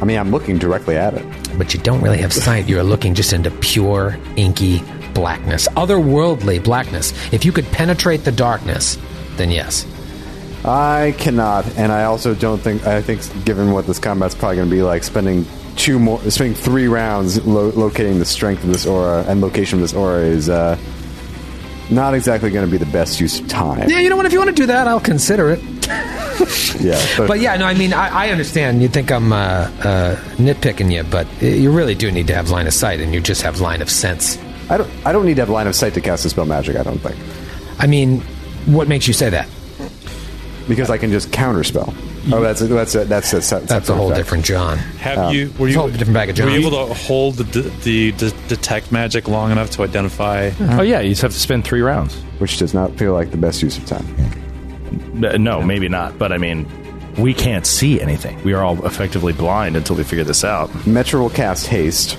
I mean, I'm looking directly at it. but you don't really have sight. You're looking just into pure, inky blackness, otherworldly blackness. If you could penetrate the darkness, then yes. I cannot, and I also don't think. I think, given what this combat's probably going to be like, spending two more, spending three rounds lo- locating the strength of this aura and location of this aura is uh, not exactly going to be the best use of time. Yeah, you know what? If you want to do that, I'll consider it. Yeah, but, But yeah, no, I mean, I, I understand. You think I'm uh, uh, nitpicking you, but uh, you really do need to have line of sight, and you just have line of sense. I don't. I don't need to have line of sight to cast a spell magic. I don't think I mean, what makes you say that? because I can just counter spell. Oh, that's a, that's a, that's a, that's, That's a whole different John. Have you Um, it's were a you whole different bag of were you jam. able to hold the, the, the detect magic long enough to identify? Mm-hmm. Oh, yeah. You just have to spend three rounds. which does not feel like the best use of time. Uh, No, maybe not. But I mean, we can't see anything. We are all effectively blind until we figure this out. Metro will cast haste,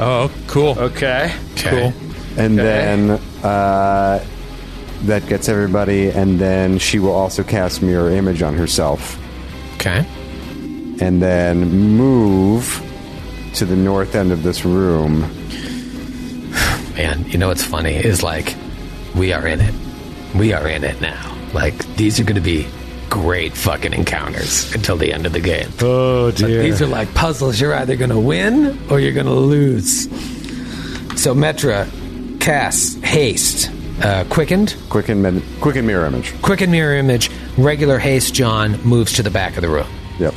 Oh, cool. Okay. Cool. and then uh, that gets everybody. And then she will also cast mirror image on herself, Okay. and then move to the north end of this room. Man, you know what's funny is like, we are in it. We are in it now. Like, these are going to be great fucking encounters until the end of the game. Oh, But these are like puzzles. You're either going to win or you're going to lose. So, Metra, cast, haste, uh, quickened, Quicken, med- quicken mirror image. quicken mirror image, regular haste, John moves to the back of the room. Yep.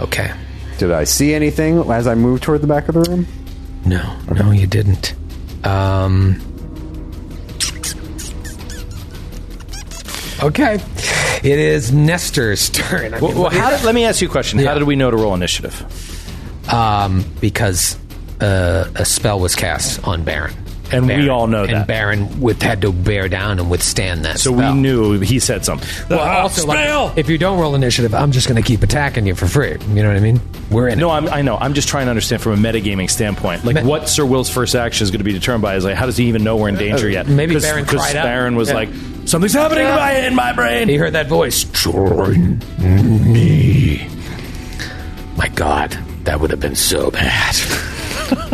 Okay. Did I see anything as I moved toward the back of the room? No, no, you didn't. Um. Okay. It is Nestor's turn. I mean, Well, how did, let me ask you a question. Yeah. How did we know to roll initiative? um, because uh, a spell was cast on Baron. And we Baron- all know and that. Baron with, had to bear down and withstand that. So spell. we knew Oh, he said something. Well, Ah, also, like, spell! if you don't roll initiative, I'm just going to keep attacking you for free. You know what I mean? We're in No, it. I'm, I know. I'm just trying to understand from a metagaming standpoint, like Me- what Sir Will's first action is going to be determined by. Is like, how does he even know we're in danger yet? Maybe 'Cause- Baron 'cause cried out. Baron was Yeah. like, something's happening in my- in my brain. He heard that voice. Join me. My God, (laughs) that would have been so bad.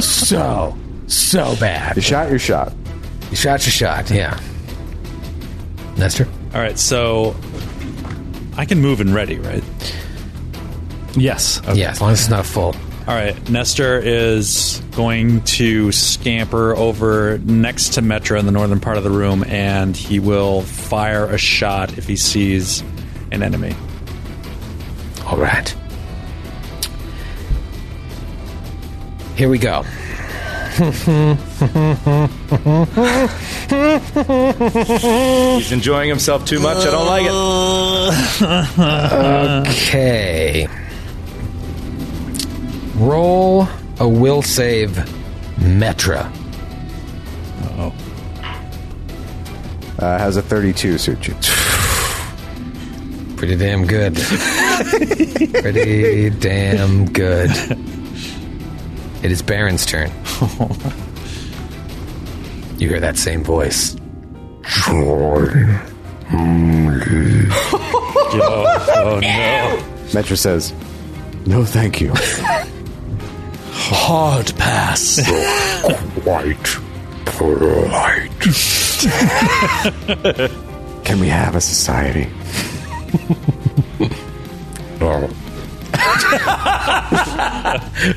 so, so bad. You shot your shot. Shot's a shot, yeah. Nestor? All right, so I can move and ready, right? Yes. Yeah, as long as it's not full. All right, Nestor is going to scamper over next to Metra in the northern part of the room, and he will fire a shot if he sees an enemy. All right. Here we go. He's enjoying himself too much. I don't like it. Okay. Roll a will save Metra. Uh, has a 32 suit you. Pretty damn good. Pretty damn good. It is Baron's turn. You hear that same voice. Metro says, "No, thank you." (laughs) Hard (laughs) pass. (laughs) Can we have a society?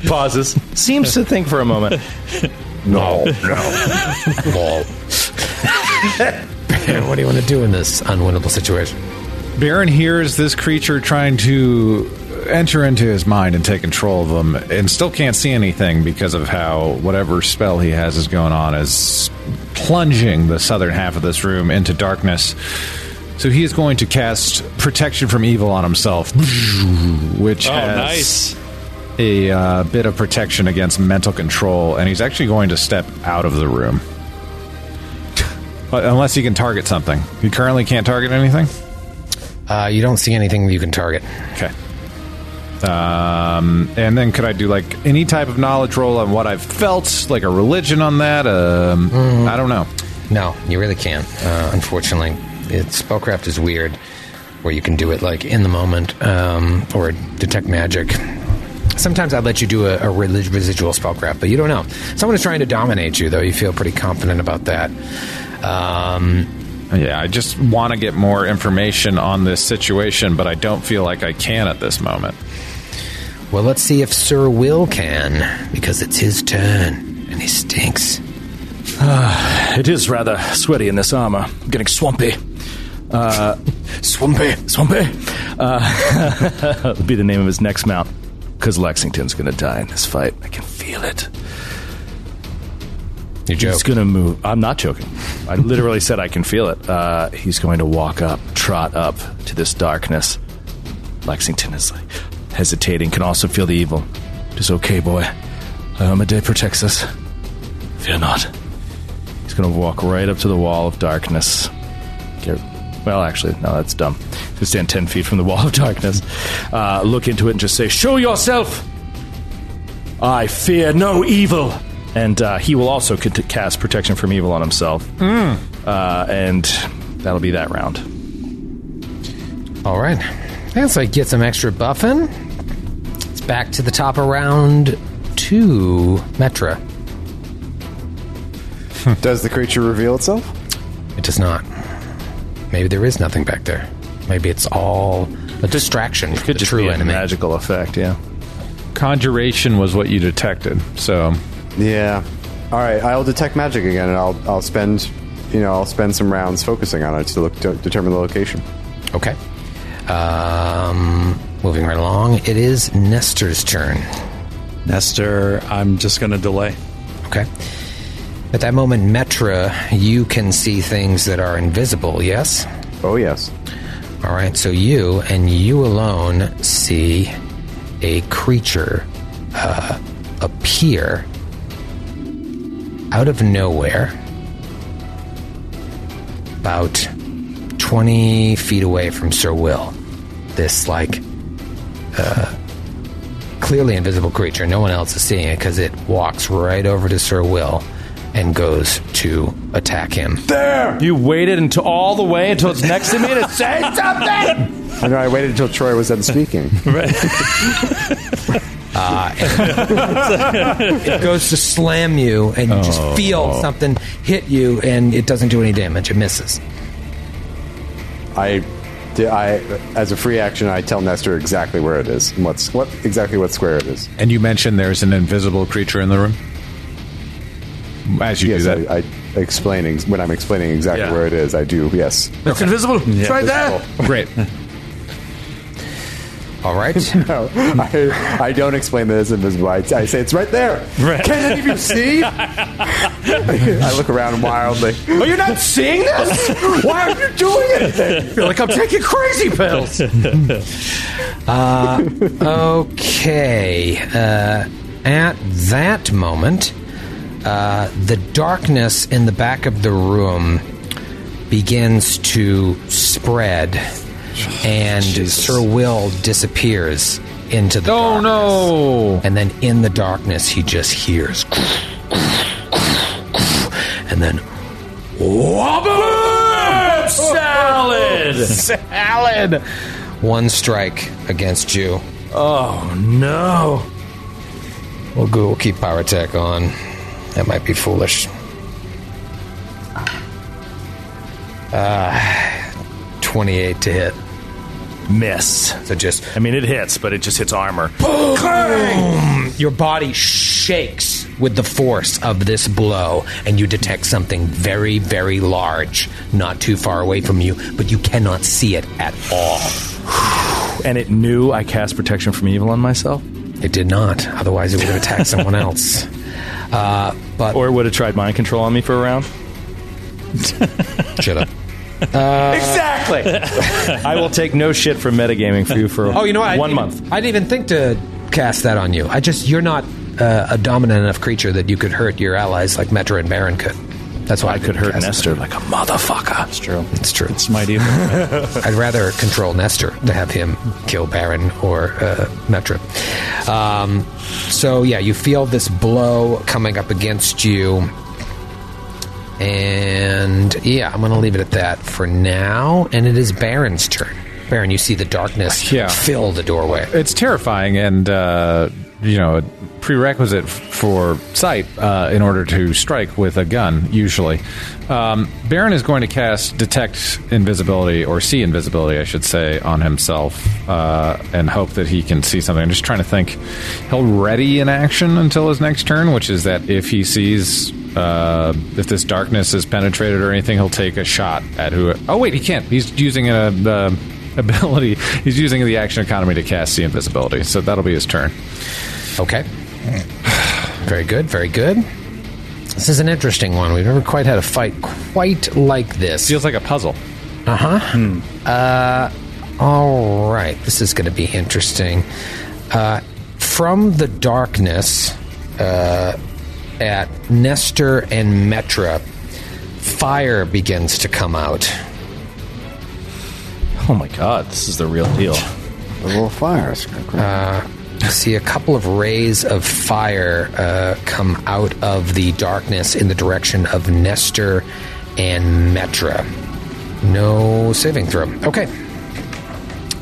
Pauses. Seems to think for a moment. Baron, what do you want to do in this unwinnable situation? Baron hears this creature trying to enter into his mind and take control of him, and still can't see anything because of how whatever spell he has is going on is plunging the southern half of this room into darkness. So he is going to cast protection from evil on himself, (laughs) which Oh, has nice. a uh, bit of protection against mental control, and he's actually going to step out of the room. (laughs) But unless he can target something, he currently can't target anything. Uh, you don't see anything you can target. Okay. Um, and then could I do like any type of knowledge roll on what I've felt, like a religion on that? Um, I don't know. No, you really can't. Uh, unfortunately, it, spellcraft is weird, where you can do it like in the moment um, or detect magic. Sometimes I let you do a, a relig- residual spellcraft, but you don't know. Someone is trying to dominate you, though. You feel pretty confident about that. Um, Yeah, I just want to get more information on this situation, but I don't feel like I can at this moment. well, let's see if Sir Will can, because it's his turn, and he stinks. (laughs) It is rather sweaty in this armor. I'm getting swampy. Uh, swampy. Swampy. Uh, (laughs) that'll be the name of his next mount. Because Lexington's going to die in this fight. I can feel it. You joke. He's going to move. I'm not joking. I literally said I can feel it. Uh, he's going to walk up, trot up to this darkness. Lexington is like hesitating, can also feel the evil. It is okay, boy. Armaday protects us. Fear not. He's going to walk right up to the wall of darkness. Get, well, actually, no, that's dumb. He's going to stand 10 feet from the wall of darkness, uh, look into it, and just say, Show yourself! I fear no evil. And uh, he will also c- cast protection from evil on himself. Hmm. Uh, and that'll be that round. All right. That's like get some extra buffing. It's back to the top of round two, Metra. (laughs) Does the creature reveal itself? It does not. Maybe there is nothing back there. Maybe it's all a distraction from the true enemy. magical effect, yeah. Conjuration was what you detected, so Yeah. All right, I'll detect magic again, and I'll I'll spend, you know, I'll spend some rounds focusing on it to look to determine the location. Okay. Um, moving right along, it is Nestor's turn. Nestor, I'm just going to delay. Okay. At that moment, Metra, you can see things that are invisible, yes? Oh yes. All right, so you and you alone see a creature uh, appear out of nowhere, about 20 feet away from Sir Will. This, like, uh, clearly invisible creature. No one else is seeing it because it walks right over to Sir Will and goes to attack him. You waited until all the way until it's next to me to say something. I know. I waited until Troy was done speaking. Uh, and it goes to slam you, and you just feel Oh. something hit you, and it doesn't do any damage. It misses. I, di- I, as a free action, I tell Nestor exactly where it is and what's what exactly what square it is. And you mentioned there's an invisible creature in the room. As you Yes, do that, I, I explaining when I'm explaining exactly Yeah. where it is. I do. Yes. It's invisible. Try that. great. All (laughs) right. No, (laughs) I, I don't explain that it's invisible. I, I say it's right there. Can any of you (laughs) see? I look around wildly. Are you not (laughs) seeing this? Why are you doing anything? You're like, I'm taking crazy pills. uh, okay. Uh, at that moment, uh, the darkness in the back of the room begins to spread, and Sir Will disappears into the Oh darkness. no! And then in the darkness, he just hears. And then. Wobble salad! salad! One strike against you. Oh no. We'll go we'll keep power attack on. That might be foolish. Uh, 28 Ah, to hit. Miss. So just I mean, it hits, but it just hits armor. Your body shakes with the force of this blow, and you detect something very, very large, not too far away from you, but you cannot see it at all. And it knew I cast protection from evil on myself, It did not, otherwise, it would have attacked someone else. (laughs) Uh, but or it would have tried mind control on me for a round. shut up. Exactly. I will take no shit from metagaming for you for (laughs) Oh, you know what? I one didn't- month. I didn't even think to cast that on you. I just, you're not uh, a dominant enough creature that you could hurt your allies like Metra and Baron could. That's why I, I could hurt cast it. Nestor like a motherfucker. It's true. It's true. It's mighty. of- I'd rather control Nestor to have him kill Baron or uh, Metra. Um, so yeah, you feel this blow coming up against you, and yeah, I'm going to leave it at that for now. And it is Baron's turn. Baron, you see the darkness Yeah. fill the doorway. It's terrifying, and uh, you know, a prerequisite f- for sight uh, in order to strike with a gun. Usually, um, Baron is going to cast detect invisibility or see invisibility, I should say, on himself, uh, and hope that he can see something. I'm just trying to think. He'll ready an action until his next turn, which is that if he sees. Uh, if this darkness is penetrated or anything, he'll take a shot at who. Oh wait, he can't. He's using a uh, ability. He's using the action economy to cast the invisibility, so that'll be his turn. Okay. Very good, very good. This is an interesting one. We've never quite had a fight quite like this. Feels like a puzzle. All right, this is going to be interesting. Uh, from the darkness uh, at Nestor and Metra, fire begins to come out. Oh my god, this is the real deal. A little fire. You see a couple of rays of fire uh, come out of the darkness in the direction of Nestor and Metra. No saving throw. Okay.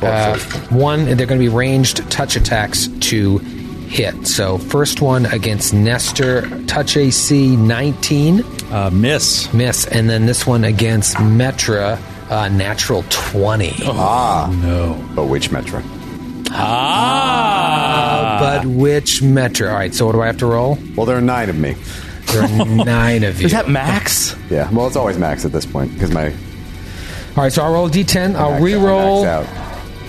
Uh, one, they're going to be ranged touch attacks to hit. So, first one against Nestor, touch AC 19, uh, miss. miss. And then this one against Metra, uh, natural 20. But Oh, which Metro? But which Metra? All right, so what do I have to roll? Well, there are nine of me. There (laughs) are nine of you. Is that max? Yeah. Well, it's always max at this point because my All right, so I'll roll a d10. I'll max- I'm maxed reroll. out.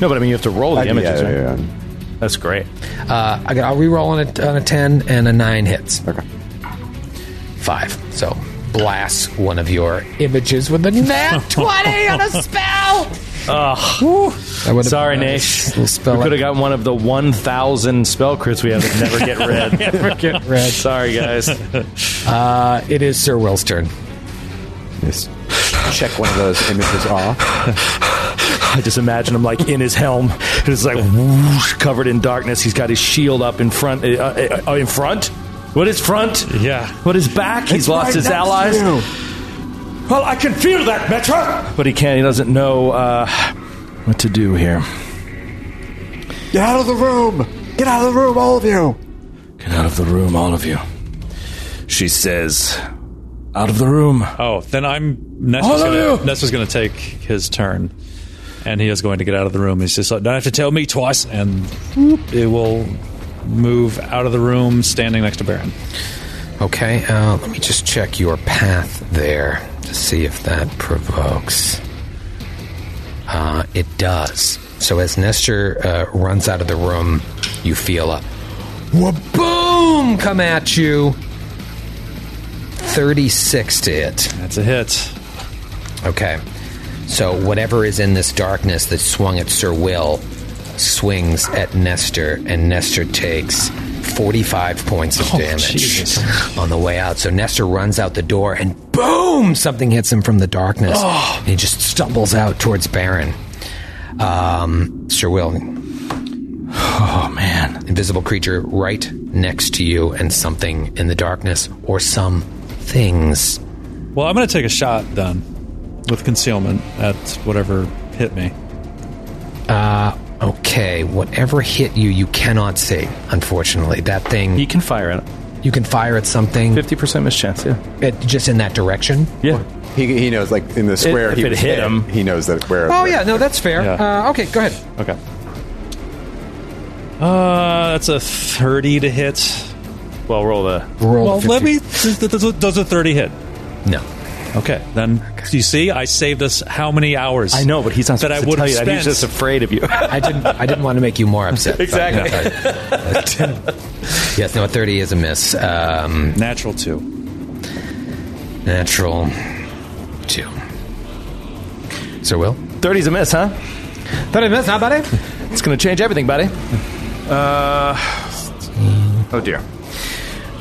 No, but I mean, you have to roll the I- images. yeah, right? yeah, yeah. That's great. Uh, I got, I'll reroll on a, on a 10 and a 9 hits. Okay. Five. So blast one of your images (laughs) with a nat 20 on a spell. Oh, Sorry, Nash. Little spell we could have up. gotten one of the 1,000 spell crits we have that never (laughs) get read. never get read. Sorry, guys. uh, It is Sir Will's turn. Just check one of those images off. I just imagine him like in his helm. It's like whoosh, covered in darkness. He's got his shield up in front. Uh, uh, uh, in front? What is front? Yeah. What is back? He's lost his allies. Well, I can feel that, Metra. But he can't. He doesn't know uh, what to do here. Get out of the room. Get out of the room, all of you! Get out of the room, all of you. She says, Out of the room. Oh, then I'm. Ness was All of gonna, you! Ness was going to take his turn, and he is going to get out of the room. He's just like, don't have to tell me twice, and it will move out of the room, standing next to Baron. Okay, uh, let me just check your path there to see if that provokes. Uh, it does. So as Nestor uh, runs out of the room, you feel a boom come at you. 36 to hit. That's a hit. Okay. So whatever is in this darkness that swung at Sir Will swings at Nestor, and Nestor takes 45 points of damage Jesus. on the way out. So Nestor runs out the door, and boom! Something hits him from the darkness. And he just stumbles out towards Baron. Um, Sir Will. Oh, man. Invisible creature right next to you, and something in the darkness, or some things. Well, I'm going to take a shot then with concealment at whatever hit me. Okay, whatever hit you, you cannot see, unfortunately. That thing, He can fire it. you can fire at something 50% mischance, yeah. it, just in that direction. Yeah. He, he knows, like, in the square if he it was hit hit, him- he knows that where. Oh, where- yeah, no, that's fair. Yeah. Uh, okay, go ahead. Okay. Uh, that's a 30 to hit. Well, roll the. Roll Well, the let 50 me. Does, does, does a 30 hit? No. Okay, then you see, I saved us how many hours? I know, but he's not That I supposed to would tell have you that. He's spent. just afraid of you. (laughs) I didn't, I didn't want to make you more (laughs) upset. Exactly. Sorry, no, sorry. uh, (laughs) yes, no, a 30 is a miss. Um, Natural two. natural 2. Sir Will? 30's a miss, huh? 30 miss, huh, buddy? It's going to change everything, buddy. Uh, Oh, dear.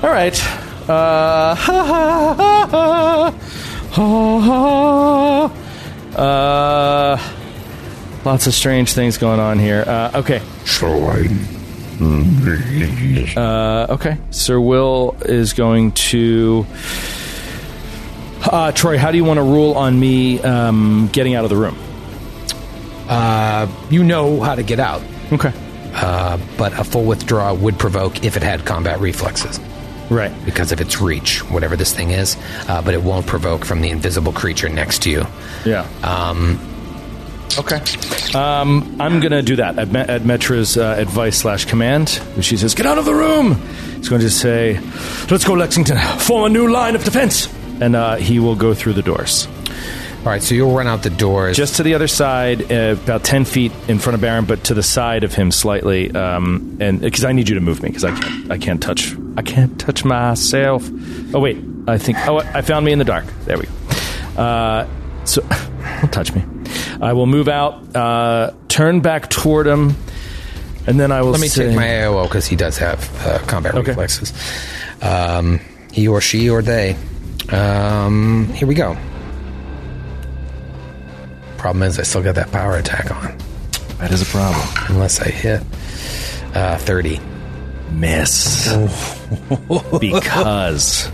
All right. Uh, (laughs) ha, ha, ha, ha, ha, ha. Uh, lots of strange things going on here. Uh, okay. Uh, okay. Sir Will is going to. Uh, Troy, how do you want to rule on me um, getting out of the room? You know how to get out, Okay. but a full withdrawal would provoke if it had combat reflexes. Right. because of its reach, whatever this thing is, uh, but it won't provoke from the invisible creature next to you. Yeah. Um, okay. Um, I'm going to do that at, Me- at Metra's uh, advice slash command. If she says, get out of the room, he's going to say, let's go, Lexington, form a new line of defense. And uh, he will go through the doors. All right, so you'll run out the doors. Just to the other side, uh, about 10 feet in front of Baron, but to the side of him slightly. Um, and Because I need you to move me, because I can't, I can't touch. I can't touch myself. Oh, wait. I think. Oh, I found me in the dark. There we go. Uh, so, (laughs) don't touch me. I will move out, uh, turn back toward him, and then I will let me say, take my AOO because he does have uh, combat Okay. reflexes. Um, he or she or they. Um, here we go. Problem is, I still got that power attack on, That is a problem. unless I hit uh, thirty. Miss. because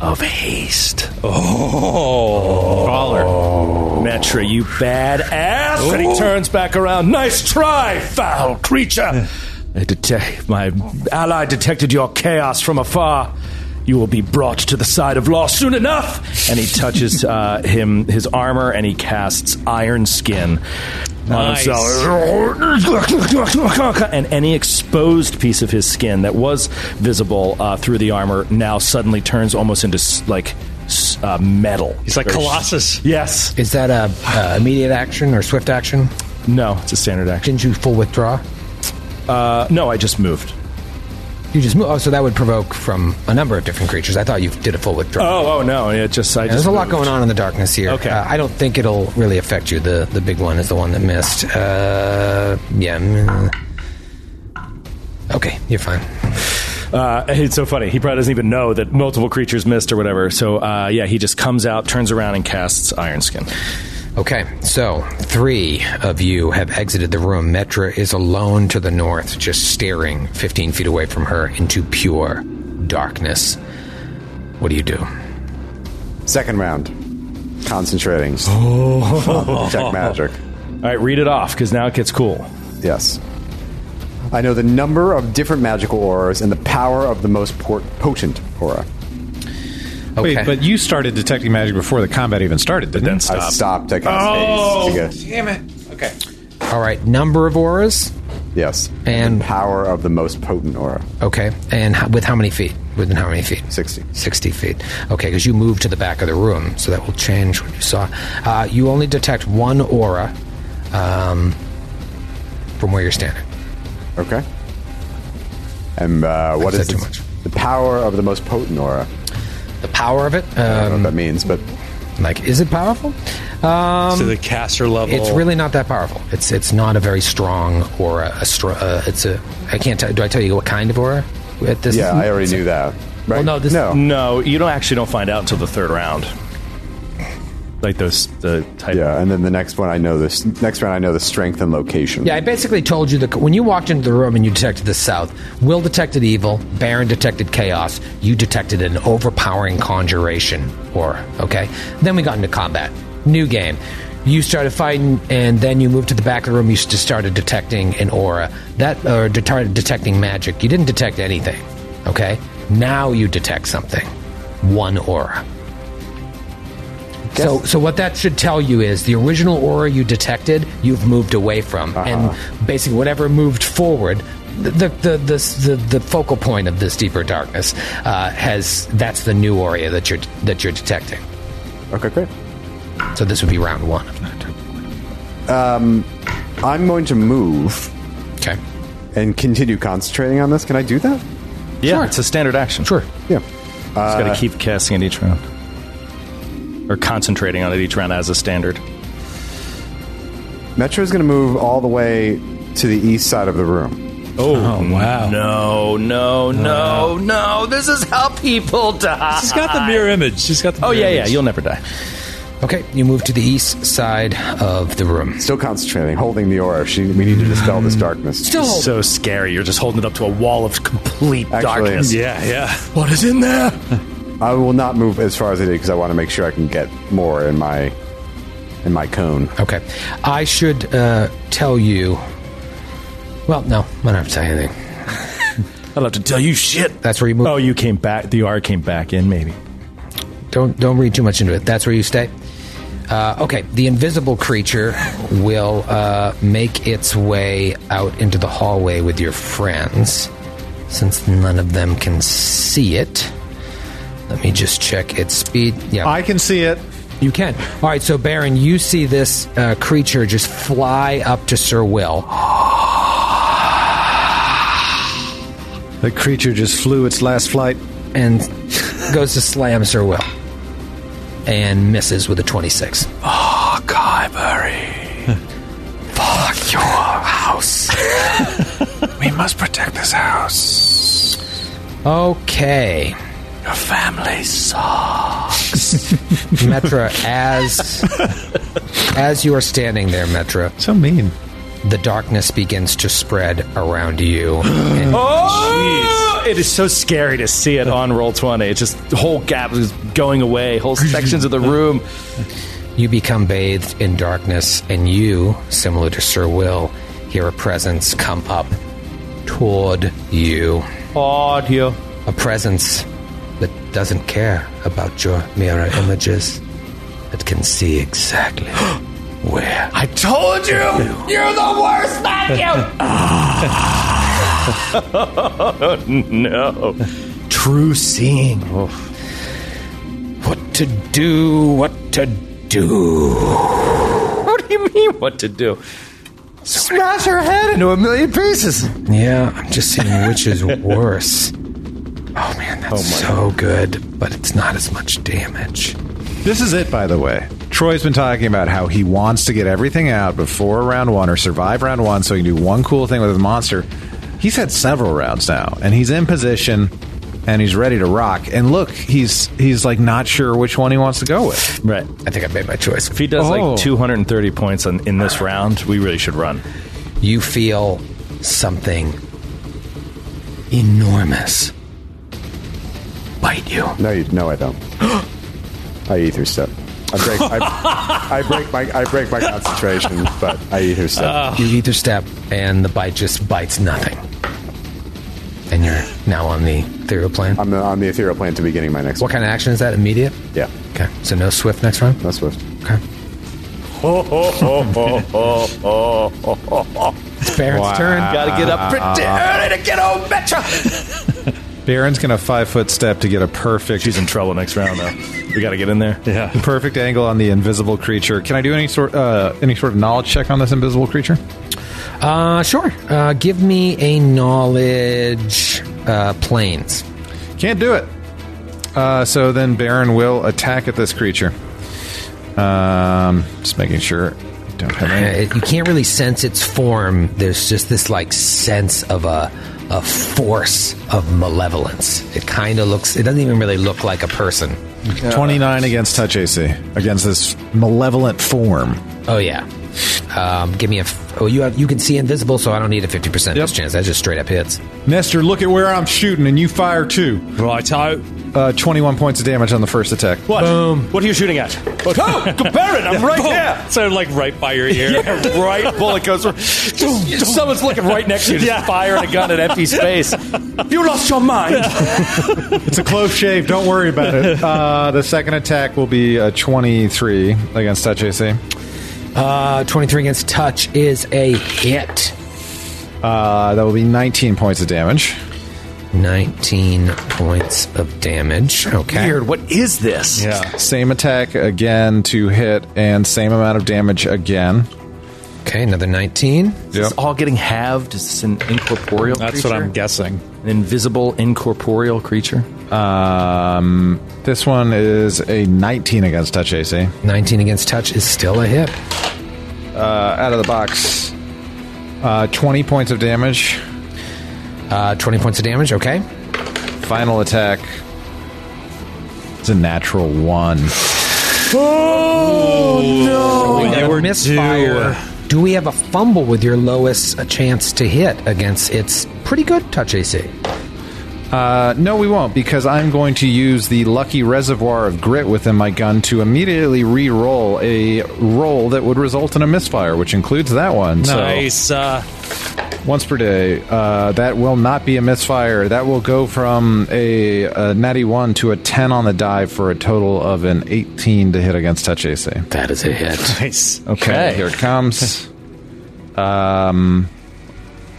of haste. Oh. Baller. Metra, you badass. And he turns back around. Nice try, foul creature. I detect, my ally detected your chaos from afar. You will be brought to the side of law soon enough. And he (laughs) touches uh, him his armor and he casts iron skin. Nice. On himself and any exposed piece of his skin that was visible uh, through the armor now suddenly turns almost into s- like s- uh, metal. He's like Colossus. Yes. Is that a uh, immediate action or swift action? No, it's a standard action. Didn't you full withdraw? Uh, no, I just moved. You just move. Oh, so that would provoke from a number of different creatures. I thought you did a full withdrawal. Oh, oh no! It just I Yeah, just there's a lot moved. going on in the darkness here. Okay. Uh, I don't think it'll really affect you. The the big one is the one that missed. Uh, yeah. mm. Okay, you're fine. Uh, it's so funny. He probably doesn't even know that multiple creatures missed or whatever. So uh, yeah, he just comes out, turns around, and casts Iron Skin. Okay, so three of you have exited the room. Metra is alone to the north, just staring 15 feet away from her into pure darkness. What do you do? Second round. (laughs) Concentrating. Check magic. Oh. All right, read it off because now it gets cool. Yes. I know the number of different magical auras and the power of the most por- potent aura. Wait, but you started detecting magic before the combat even started, didn't it? I stopped. I kind Oh, of phased to go. damn it. Okay. All right, number of auras. Yes. And- the power of the most potent aura. Okay, and h- with how many feet? Within how many feet? 60. 60 feet. Okay, because you moved to the back of the room, so that will change what you saw. Uh, you only detect one aura um, from where you're standing. Okay. And uh, what said is too its- much. the power of the most potent aura? The power of it, I don't know um, what that means, but like, is it powerful? to the caster level. It's really not that powerful. It's it's not a very strong aura. A str- uh, it's a I can't tell. Do I tell you what kind of aura? At this, yeah, I already knew that. Right? no, this- no. No, you don't actually don't find out until the third round. Like those the type. Yeah, and then the next one I know this next round I know the strength and location. Yeah, I basically told you that when you walked into the room and you detected the South, Will detected evil, Baron detected chaos, you detected an overpowering conjuration aura, okay? Then we got into combat. New game. You started fighting, and then you moved to the back of the room. You just started detecting an aura that, or started detecting magic. You didn't detect anything, okay? Now you detect something. One aura. So, so what that should tell you is the original aura you detected, you've moved away from, and basically whatever moved forward, the the the the, the, the focal point of this deeper darkness uh, has that's the new aura that you're that you're detecting. Okay, great. So this would be round one. I'm going to move Okay, and continue concentrating on this. Can I do that? yeah, it's a standard action. sure. Yeah. Just got to keep casting it each round. Or concentrating on it each round as a standard. Metro's going to move all the way to the east side of the room. Oh, wow. No, no, no, no. This is how people die. She's got the mirror image. She's got the Oh, mirror yeah, yeah. image. You'll never die. Okay, you move to the east side of the room. Still concentrating, holding the aura. She, we need to dispel this darkness. Still hold. So scary. You're just holding it up to a wall of complete Actually, darkness. Yeah, yeah. What is in there? I will not move as far as I did because I want to make sure I can get more in my in my cone. Okay, I should uh, tell you. Well, no, I don't have to tell you anything. I'll have to tell you shit. That's where you move. Oh, you came back. The R came back in, maybe. don't don't read too much into it. That's where you stay. Uh, okay, the invisible creature will uh, make its way out into the hallway with your friends, since none of them can see it. Let me just check its speed. Yeah, I can see it. you can. All right, so Baron, you see this uh, creature just fly up to Sir Will. The creature just flew its last flight. and (laughs) goes to slam Sir Will and misses with a 26. Oh, Ah, Kyberry. (laughs) Fuck your house. (laughs) We must protect this house. Okay. Your family (laughs) Metra, (laughs) as as you are standing there, Metra, So mean. the darkness begins to spread around you. And Oh, it is so scary to see it on roll twenty. It's just the whole gap is going away, (laughs) whole sections of the room. You become bathed in darkness, and you, similar to Sir Will, hear a presence come up toward you. Audio. a presence that doesn't care about your mirror images, that can see (gasps) exactly where. I told you, you're the worst. Thank you. (laughs) (laughs) no, true seeing. What to do? What to do? What do you mean? What to do? Smash her head into a million pieces. Yeah, I'm just seeing which (laughs) is worse. Oh man, that's so good, but it's not as much damage. This is it, by the way. Troy's been talking about how he wants to get everything out before round one or survive round one so he can do one cool thing with his monster. He's had several rounds now, and he's in position and he's ready to rock. And look, he's he's like not sure which one he wants to go with. Right. I think I made my choice. If he does Oh. like 230 points on, in this round, we really should run. You feel something enormous bite you. No, you, no, I don't. I ether step. I break, I, I break my, I break my concentration, but I eat her stuff. You either step, and the bite just bites nothing. And you're now on the Theroplane. I'm on the ethereal plane to beginning my next. What kind of action is that? Immediate? Yeah, Okay. So no swift next round? that's swift. Okay. it's Baron's turn. Gotta get up pretty early to get home, Metro. Baron's gonna five foot step to get a perfect She's in trouble next round, though. We got to get in there. Yeah. perfect angle on the invisible creature. Can I do any sort uh, any sort of knowledge check on this invisible creature? Uh, sure. Uh, give me a knowledge uh, planes. Can't do it. Uh, so then Baron will attack at this creature. Um, just making sure. I Don't have Uh, (laughs) any. it- you can't really sense its form. There's just this like sense of a a force of malevolence. It kind of looks. It doesn't even really look like a person. 29 against touch AC against this malevolent form. Oh yeah. Um, give me a. f- Oh, you have. You can see invisible, so I don't need a fifty percent Yep. chance. That just straight up hits. Nestor, look at where I'm shooting, and you fire too. Right, oh. Uh, 21 points of damage on the first attack. What? What are you shooting at? Oh, Baron, (laughs) I'm right there. So, like, right by your ear. right (laughs) bullet goes. Someone's looking right next to you, just firing a gun at empty space. You lost your mind. It's a close shave. Don't worry about it. Uh, the second attack will be a 23 against touch AC. Uh, twenty three against touch is a hit. Uh, that will be 19 points of damage. 19 points of damage. Okay. Weird. What is this? Yeah. Same attack again to hit, and same amount of damage again. Okay, another 19. Is this all getting halved? Is this an incorporeal That's creature? what I'm guessing. An invisible incorporeal creature? Um, this one is a 19 against touch Uh, AC. 19 against touch is still a hit. Uh, out of the box, uh, 20 points of damage. Uh, 20 points of damage. Okay. Final attack. It's a natural one. Another were misfire. Do we have a fumble with your lowest uh, chance to hit against its pretty good touch AC? Uh, no, we won't, because I'm going to use the lucky reservoir of grit within my gun to immediately re-roll a roll that would result in a misfire, which includes that one. Nice. Uh, So once per day, uh, that will not be a misfire. That will go from a, a natty one to a ten on the die for a total of an eighteen to hit against touch AC. That is a hit. nice. Okay, here it (laughs) comes. um,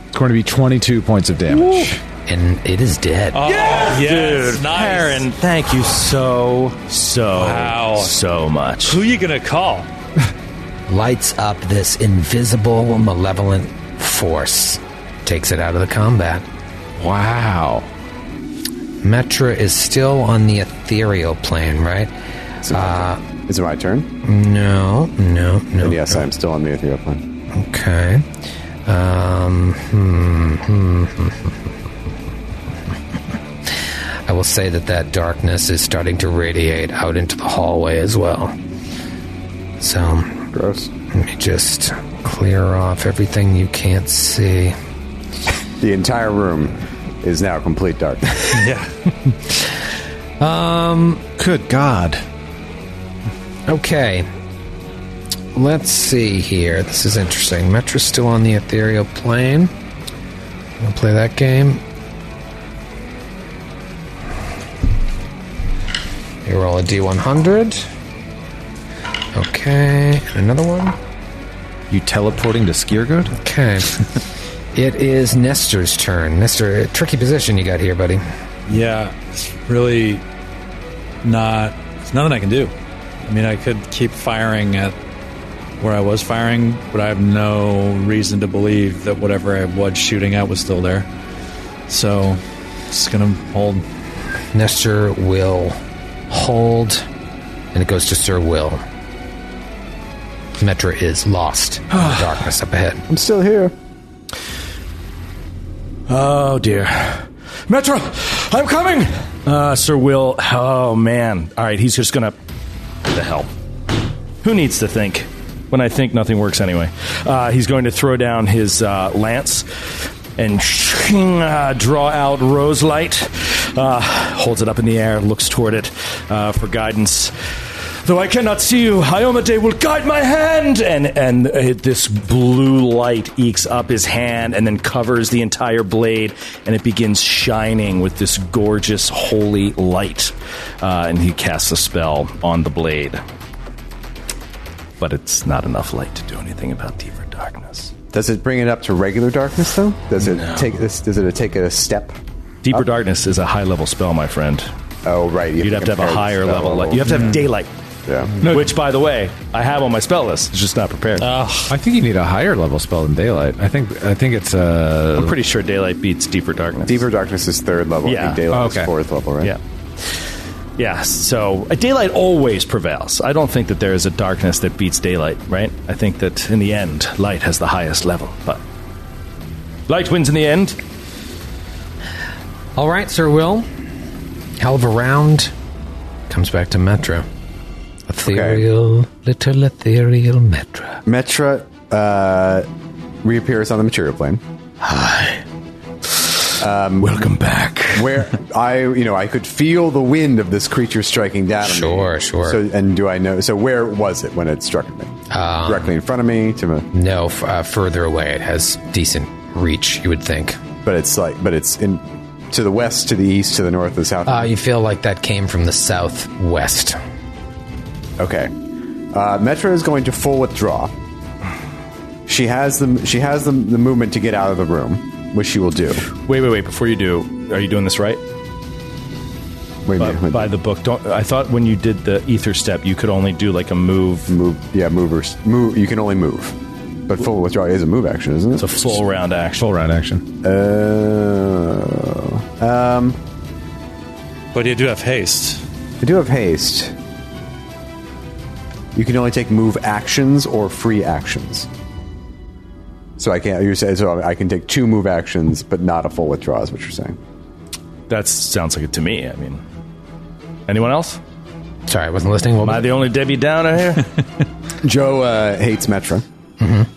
it's going to be twenty-two points of damage. And it is dead. Oh. yes, Dude, nice. Baron, thank you so, so, Wow. so much. Who you going to call? Lights up this invisible, malevolent force. Takes it out of the combat. Wow. Metra is still on the ethereal plane, right? Is it my turn? No, no, no. And yes, I'm still on the ethereal plane. Okay. Um, hmm, hmm, hmm, hmm. I will say that that darkness is starting to radiate out into the hallway as well. So let Gross. me just clear off everything you can't see. The entire room is now complete (laughs) darkness. Good God. Okay. Let's see here. This is interesting. Metra's still on the ethereal plane. I'm gonna play that game. You roll a D100. Okay, and another one. You teleporting to Skiergood? Okay. it is Nestor's turn. Nestor, tricky position you got here, buddy. Yeah, it's really not. There's nothing I can do. I mean, I could keep firing at where I was firing, but I have no reason to believe that whatever I was shooting at was still there. So, it's gonna hold. Nestor will hold, and it goes to Sir Will. Metra is lost in (sighs) the darkness up ahead. I'm still here. Oh dear, Metro, I'm coming. Uh, Sir Will. Oh man. All right, he's just gonna. The hell. Who needs to think? When I think, nothing works anyway. Uh, he's going to throw down his uh, lance and uh, draw out rose light. Uh, holds it up in the air, looks toward it uh, for guidance. Though I cannot see you, Hayomate will guide my hand! And, and uh, this blue light ekes up his hand and then covers the entire blade, and it begins shining with this gorgeous holy light. Uh, and he casts a spell on the blade. But it's not enough light to do anything about deeper darkness. Does it bring it up to regular darkness though? Does it take this? Does it take a step? Deeper darkness is a high level spell, my friend. Oh right, you You'd have to have a compare the higher spell level light. You have to have daylight. Yeah. Which, by the way, I have on my spell list. It's just not prepared. I think you need a higher level spell than daylight. I think I think it's uh I'm pretty sure daylight beats deeper darkness. Deeper darkness is third level. I Yeah. think daylight Okay. is fourth level, right? Yeah. Yeah, so uh, daylight always prevails. I don't think that there is a darkness that beats daylight, right? I think that in the end, light has the highest level. But light wins in the end. All right, Sir Will. Hell of a round. Comes back to Metro. Ethereal, little ethereal Metro. Metra uh, reappears on the material plane. Um, Welcome back. Where I, you know, I could feel the wind of this creature striking down. on me. Sure, sure. So, and do I know? So, where was it when it struck me? Um, Directly in front of me. To my, No, f- uh, further away. It has decent reach, you would think. but it's like, but it's in to the west, to the east, to the north, to the south. Uh, you feel like that came from the southwest. Okay. Uh, Metra is going to full withdraw. She has the she has the, the movement to get out of the room, which she will do. Wait, wait, wait. Before you do, are you doing this right? Wait a By, minute. by the book. Don't, I thought when you did the ether step, you could only do like a move. move. Yeah, movers. Move. You can only move, but full withdrawal is a move action, isn't It's a it? full round action. full round action. Uh, um, But you do have haste. I do have haste. You can only take move actions or free actions. So I can't. You say so. I can take two move actions, but not a full withdrawal. Is what you're saying? That sounds like it to me. I mean, anyone else? Sorry, I wasn't listening. What Am I was- the only Debbie (laughs) Downer here? Joe uh, hates Metra and wants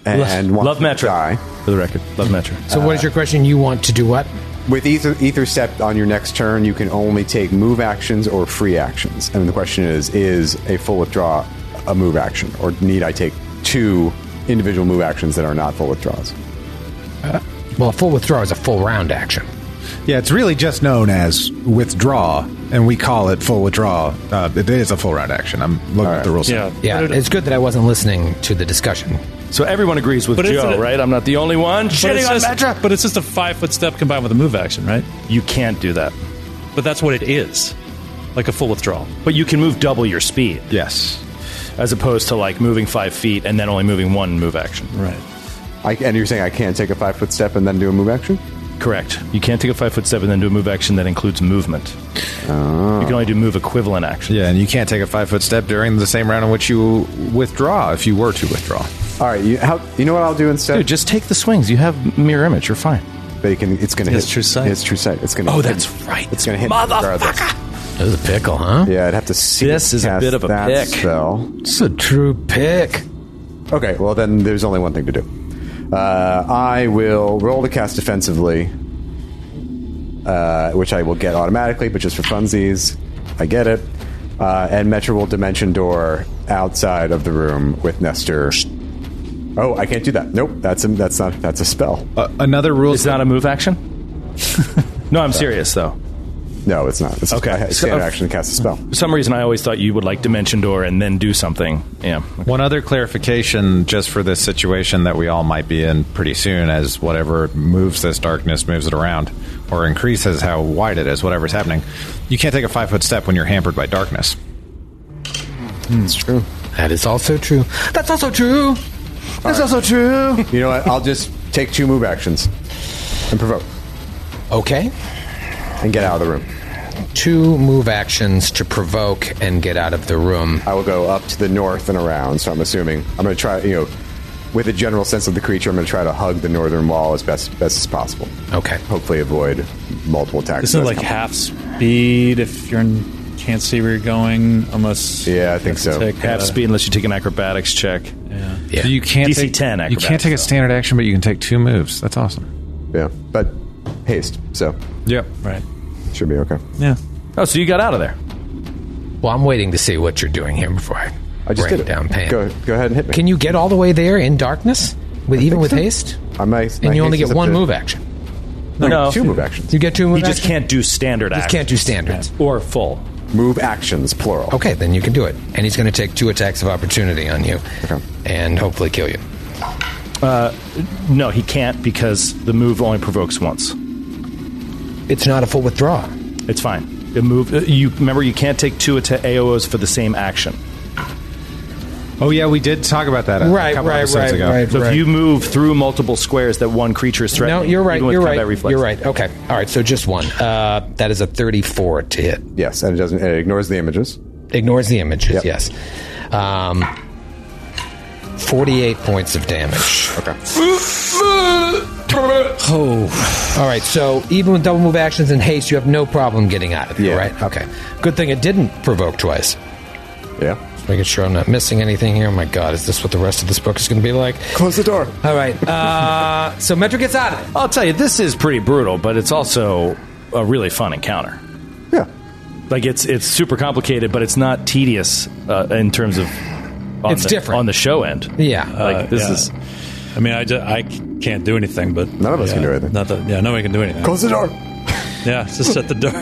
Mm-hmm. Love her to Metra. die. For the record, love Metro. so, what is your question? You want to do what? With ether, ether step on your next turn, you can only take move actions or free actions. And the question is: Is a full withdraw a move action, or need I take two individual move actions that are not full withdrawals? Well, a full withdrawal is a full round action. Yeah, it's really just known as withdraw, and we call it full withdraw. Uh, it is a full round action. I'm looking at the rules. Yeah. Yeah, But it- it's good that I wasn't listening to the discussion. So everyone agrees with But it's Joe, a- right? I'm not the only one. But it's, Shitting on just, Metra. but it's just a five foot step combined with a move action, right? You can't do that. But that's what it is, like a full withdrawal. But you can move double your speed, Yes. as opposed to like moving five feet and then only moving one move action. Right. I, and you're saying I can't take a five foot step and then do a move action? Correct. You can't take a five foot step and then do a move action that includes movement. Ah. You can only do move equivalent action. Yeah, and you can't take a five foot step during the same round in which you withdraw if you were to withdraw. All right. You, how, you know what I'll do instead? Dude, just take the swings. You have mirror image. You're fine. but it can, it's going to hit It's true sight. It's true sight. It's going. to. Oh, right. It's going to hit me regardless. That was a pickle, huh? Yeah, I'd have to see. This it is a cast bit of a that pick. spell. It's a true pick. Okay, well then there's only one thing to do. Uh, I will roll to cast defensively, uh, which I will get automatically, but just for funsies, I get it. Uh, and Metro will dimension door outside of the room with Nestor. Oh, I can't do that. Nope, that's a, that's not that's a spell. Uh, another rule It's not a move action? (laughs) no, I'm serious, though. No, it's not. It's Okay, I, so- uh, standard action to cast a spell. For some reason, I always thought you would like Dimension Door and then do something. Yeah. One other clarification just for this situation that we all might be in pretty soon as whatever moves this darkness moves it around or increases how wide it is, whatever's happening. You can't take a five foot step when you're hampered by darkness. That is also true. That's also true. That's also true. You know what? I'll just take two move actions and provoke (laughs) Okay. and get out of the room. Two move actions to provoke and get out of the room. I will go up to the north and around. So I'm assuming I'm going to try, you know, with a general sense of the creature, I'm going to try to hug the northern wall as best best as possible. Okay. Hopefully, avoid multiple attacks. Isn't it like half speed if you're in, can't see where you're going unless Yeah, I think you have so. to take, Half uh, speed unless you take an acrobatics check. Yeah. So you can't DC take, 10 You acrobatics, can't take though. a standard action, but you can take two moves. That's awesome. yeah, but haste, so Yep. Right. should be okay. Yeah. Oh, so you got out of there. Well, I'm waiting to see what you're doing here before I, I just break did it. down Pam. Go, go ahead and hit me. Can you get all the way there in darkness with even with haste? I might, And my you only haste is get up one to- move action. no, No. two move actions. You get two move You just action? can't do standard Just act. can't do standards. or full. Move actions, plural. Okay, then you can do it. And he's going to take two attacks of opportunity on you and hopefully kill you. No, he can't because the move only provokes once. It's not a full withdraw. It's fine. The move. uh, You remember you can't take two atta- AOs for the same action. Oh yeah, we did talk about that a Right, couple right, episodes right, ago. right. So if you move through multiple squares that one creature is threatening, No, you're right. even with You're combat right. reflex. You're right. Okay. All right. So just one. Uh, that is a 34 to hit. Yes, and it doesn't. It ignores the images. Ignores the images. Yep. Yes. Um, 48 points of damage. Okay. Oh. All right. So even with double move actions and haste, you have no problem getting out of here, Yeah. right? Okay. Good thing it didn't provoke twice. Yeah. Making sure I'm not missing anything here. Oh my God, is this what the rest of this book is going to be like? Close the door. All right. Uh, so Metro gets out of it. I'll tell you, this is pretty brutal, but it's also a really fun encounter. Yeah. Like it's it's super complicated, but it's not tedious uh, in terms of. On It's the, different. on the show end. Yeah. like this Uh, yeah. is I mean, I, ju- I can't do anything, but None of us yeah, can do anything. Not that, yeah, no one can do anything. Close the door. Yeah, just shut the door.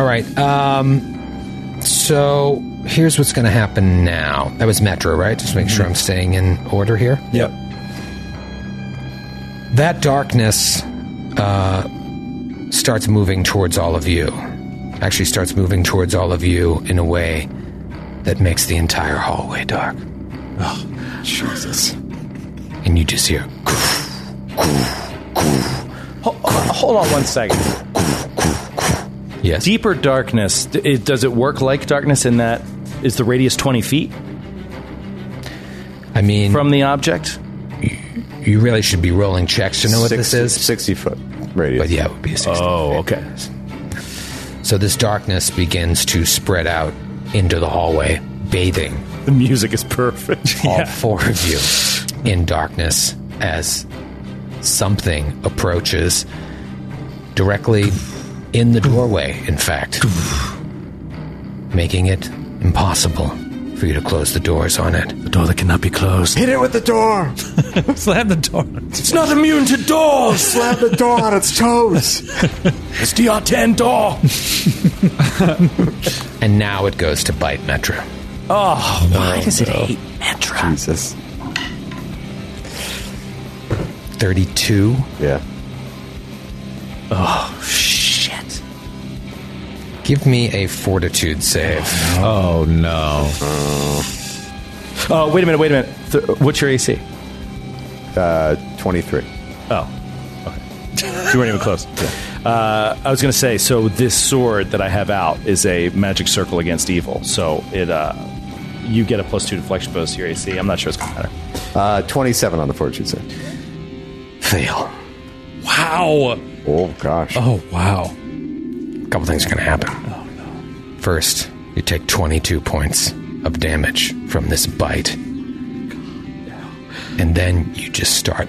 All right. Um, so here's what's going to happen now. That was Metro, right? Just make sure I'm staying in order here. yep. That darkness uh, starts moving towards all of you. Actually, starts moving towards all of you in a way that makes the entire hallway dark. Oh, Jesus. And you just hear. (laughs) Hold on one second. Yes. Deeper darkness. d- It, does it work like darkness in that is the radius twenty feet I mean, from the object? you really should be rolling checks to know what this 60 is. Sixty foot radius. But yeah, it would be a 60. okay. So this darkness begins to spread out into the hallway, bathing The music is perfect. (laughs) all four of you in darkness as something approaches directly in the doorway, in fact, making it impossible for you to close the doors on it. door that cannot be closed. Hit it with the door. Slam the door. It's not immune to doors. Slap the door on its toes. It's DR10 door. (laughs) And now it goes to bite Metro. Why does it hate? Jesus. 32 Yeah. Give me a fortitude save. Oh no. Oh, wait a minute. Wait a minute. Th- what's your AC? Uh, Twenty three. Oh, okay. You weren't even close. Uh, I was going to say, so this sword that I have out is a magic circle against evil. So it, uh, you get a plus two deflection bonus to your AC. I'm not sure it's going to matter. Uh, Twenty seven on the fortitude save. Fail. Wow. Oh gosh. Oh, wow. A couple things are going to happen. Oh, First, you take 22 points of damage from this bite. And then you just start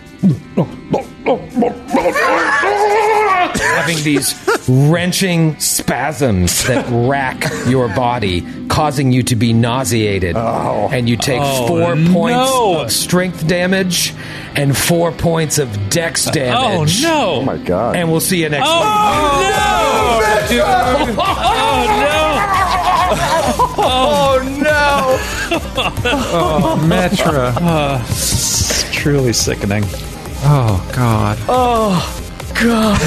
having these wrenching spasms (laughs) that rack your body, causing you to be nauseated. And you take four points Oh. no. of strength damage and four points of dex Oh, damage. Oh no. my god. And we'll see you next week. Oh, no. Dude. Oh, Metra. no. Truly sickening. Oh god. Oh god.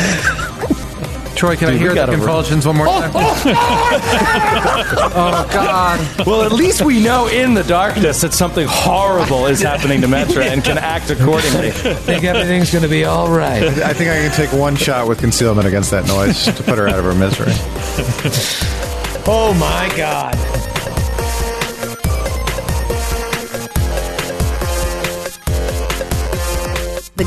Troy, can I hear the (laughs) convulsions one more time? oh god. (laughs) Well, at least we know in the darkness that something horrible (laughs) is happening to Metra and can act accordingly. think everything's going to be all right. I think I can take one shot with concealment against that noise to put her out of her misery. Oh my God. The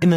the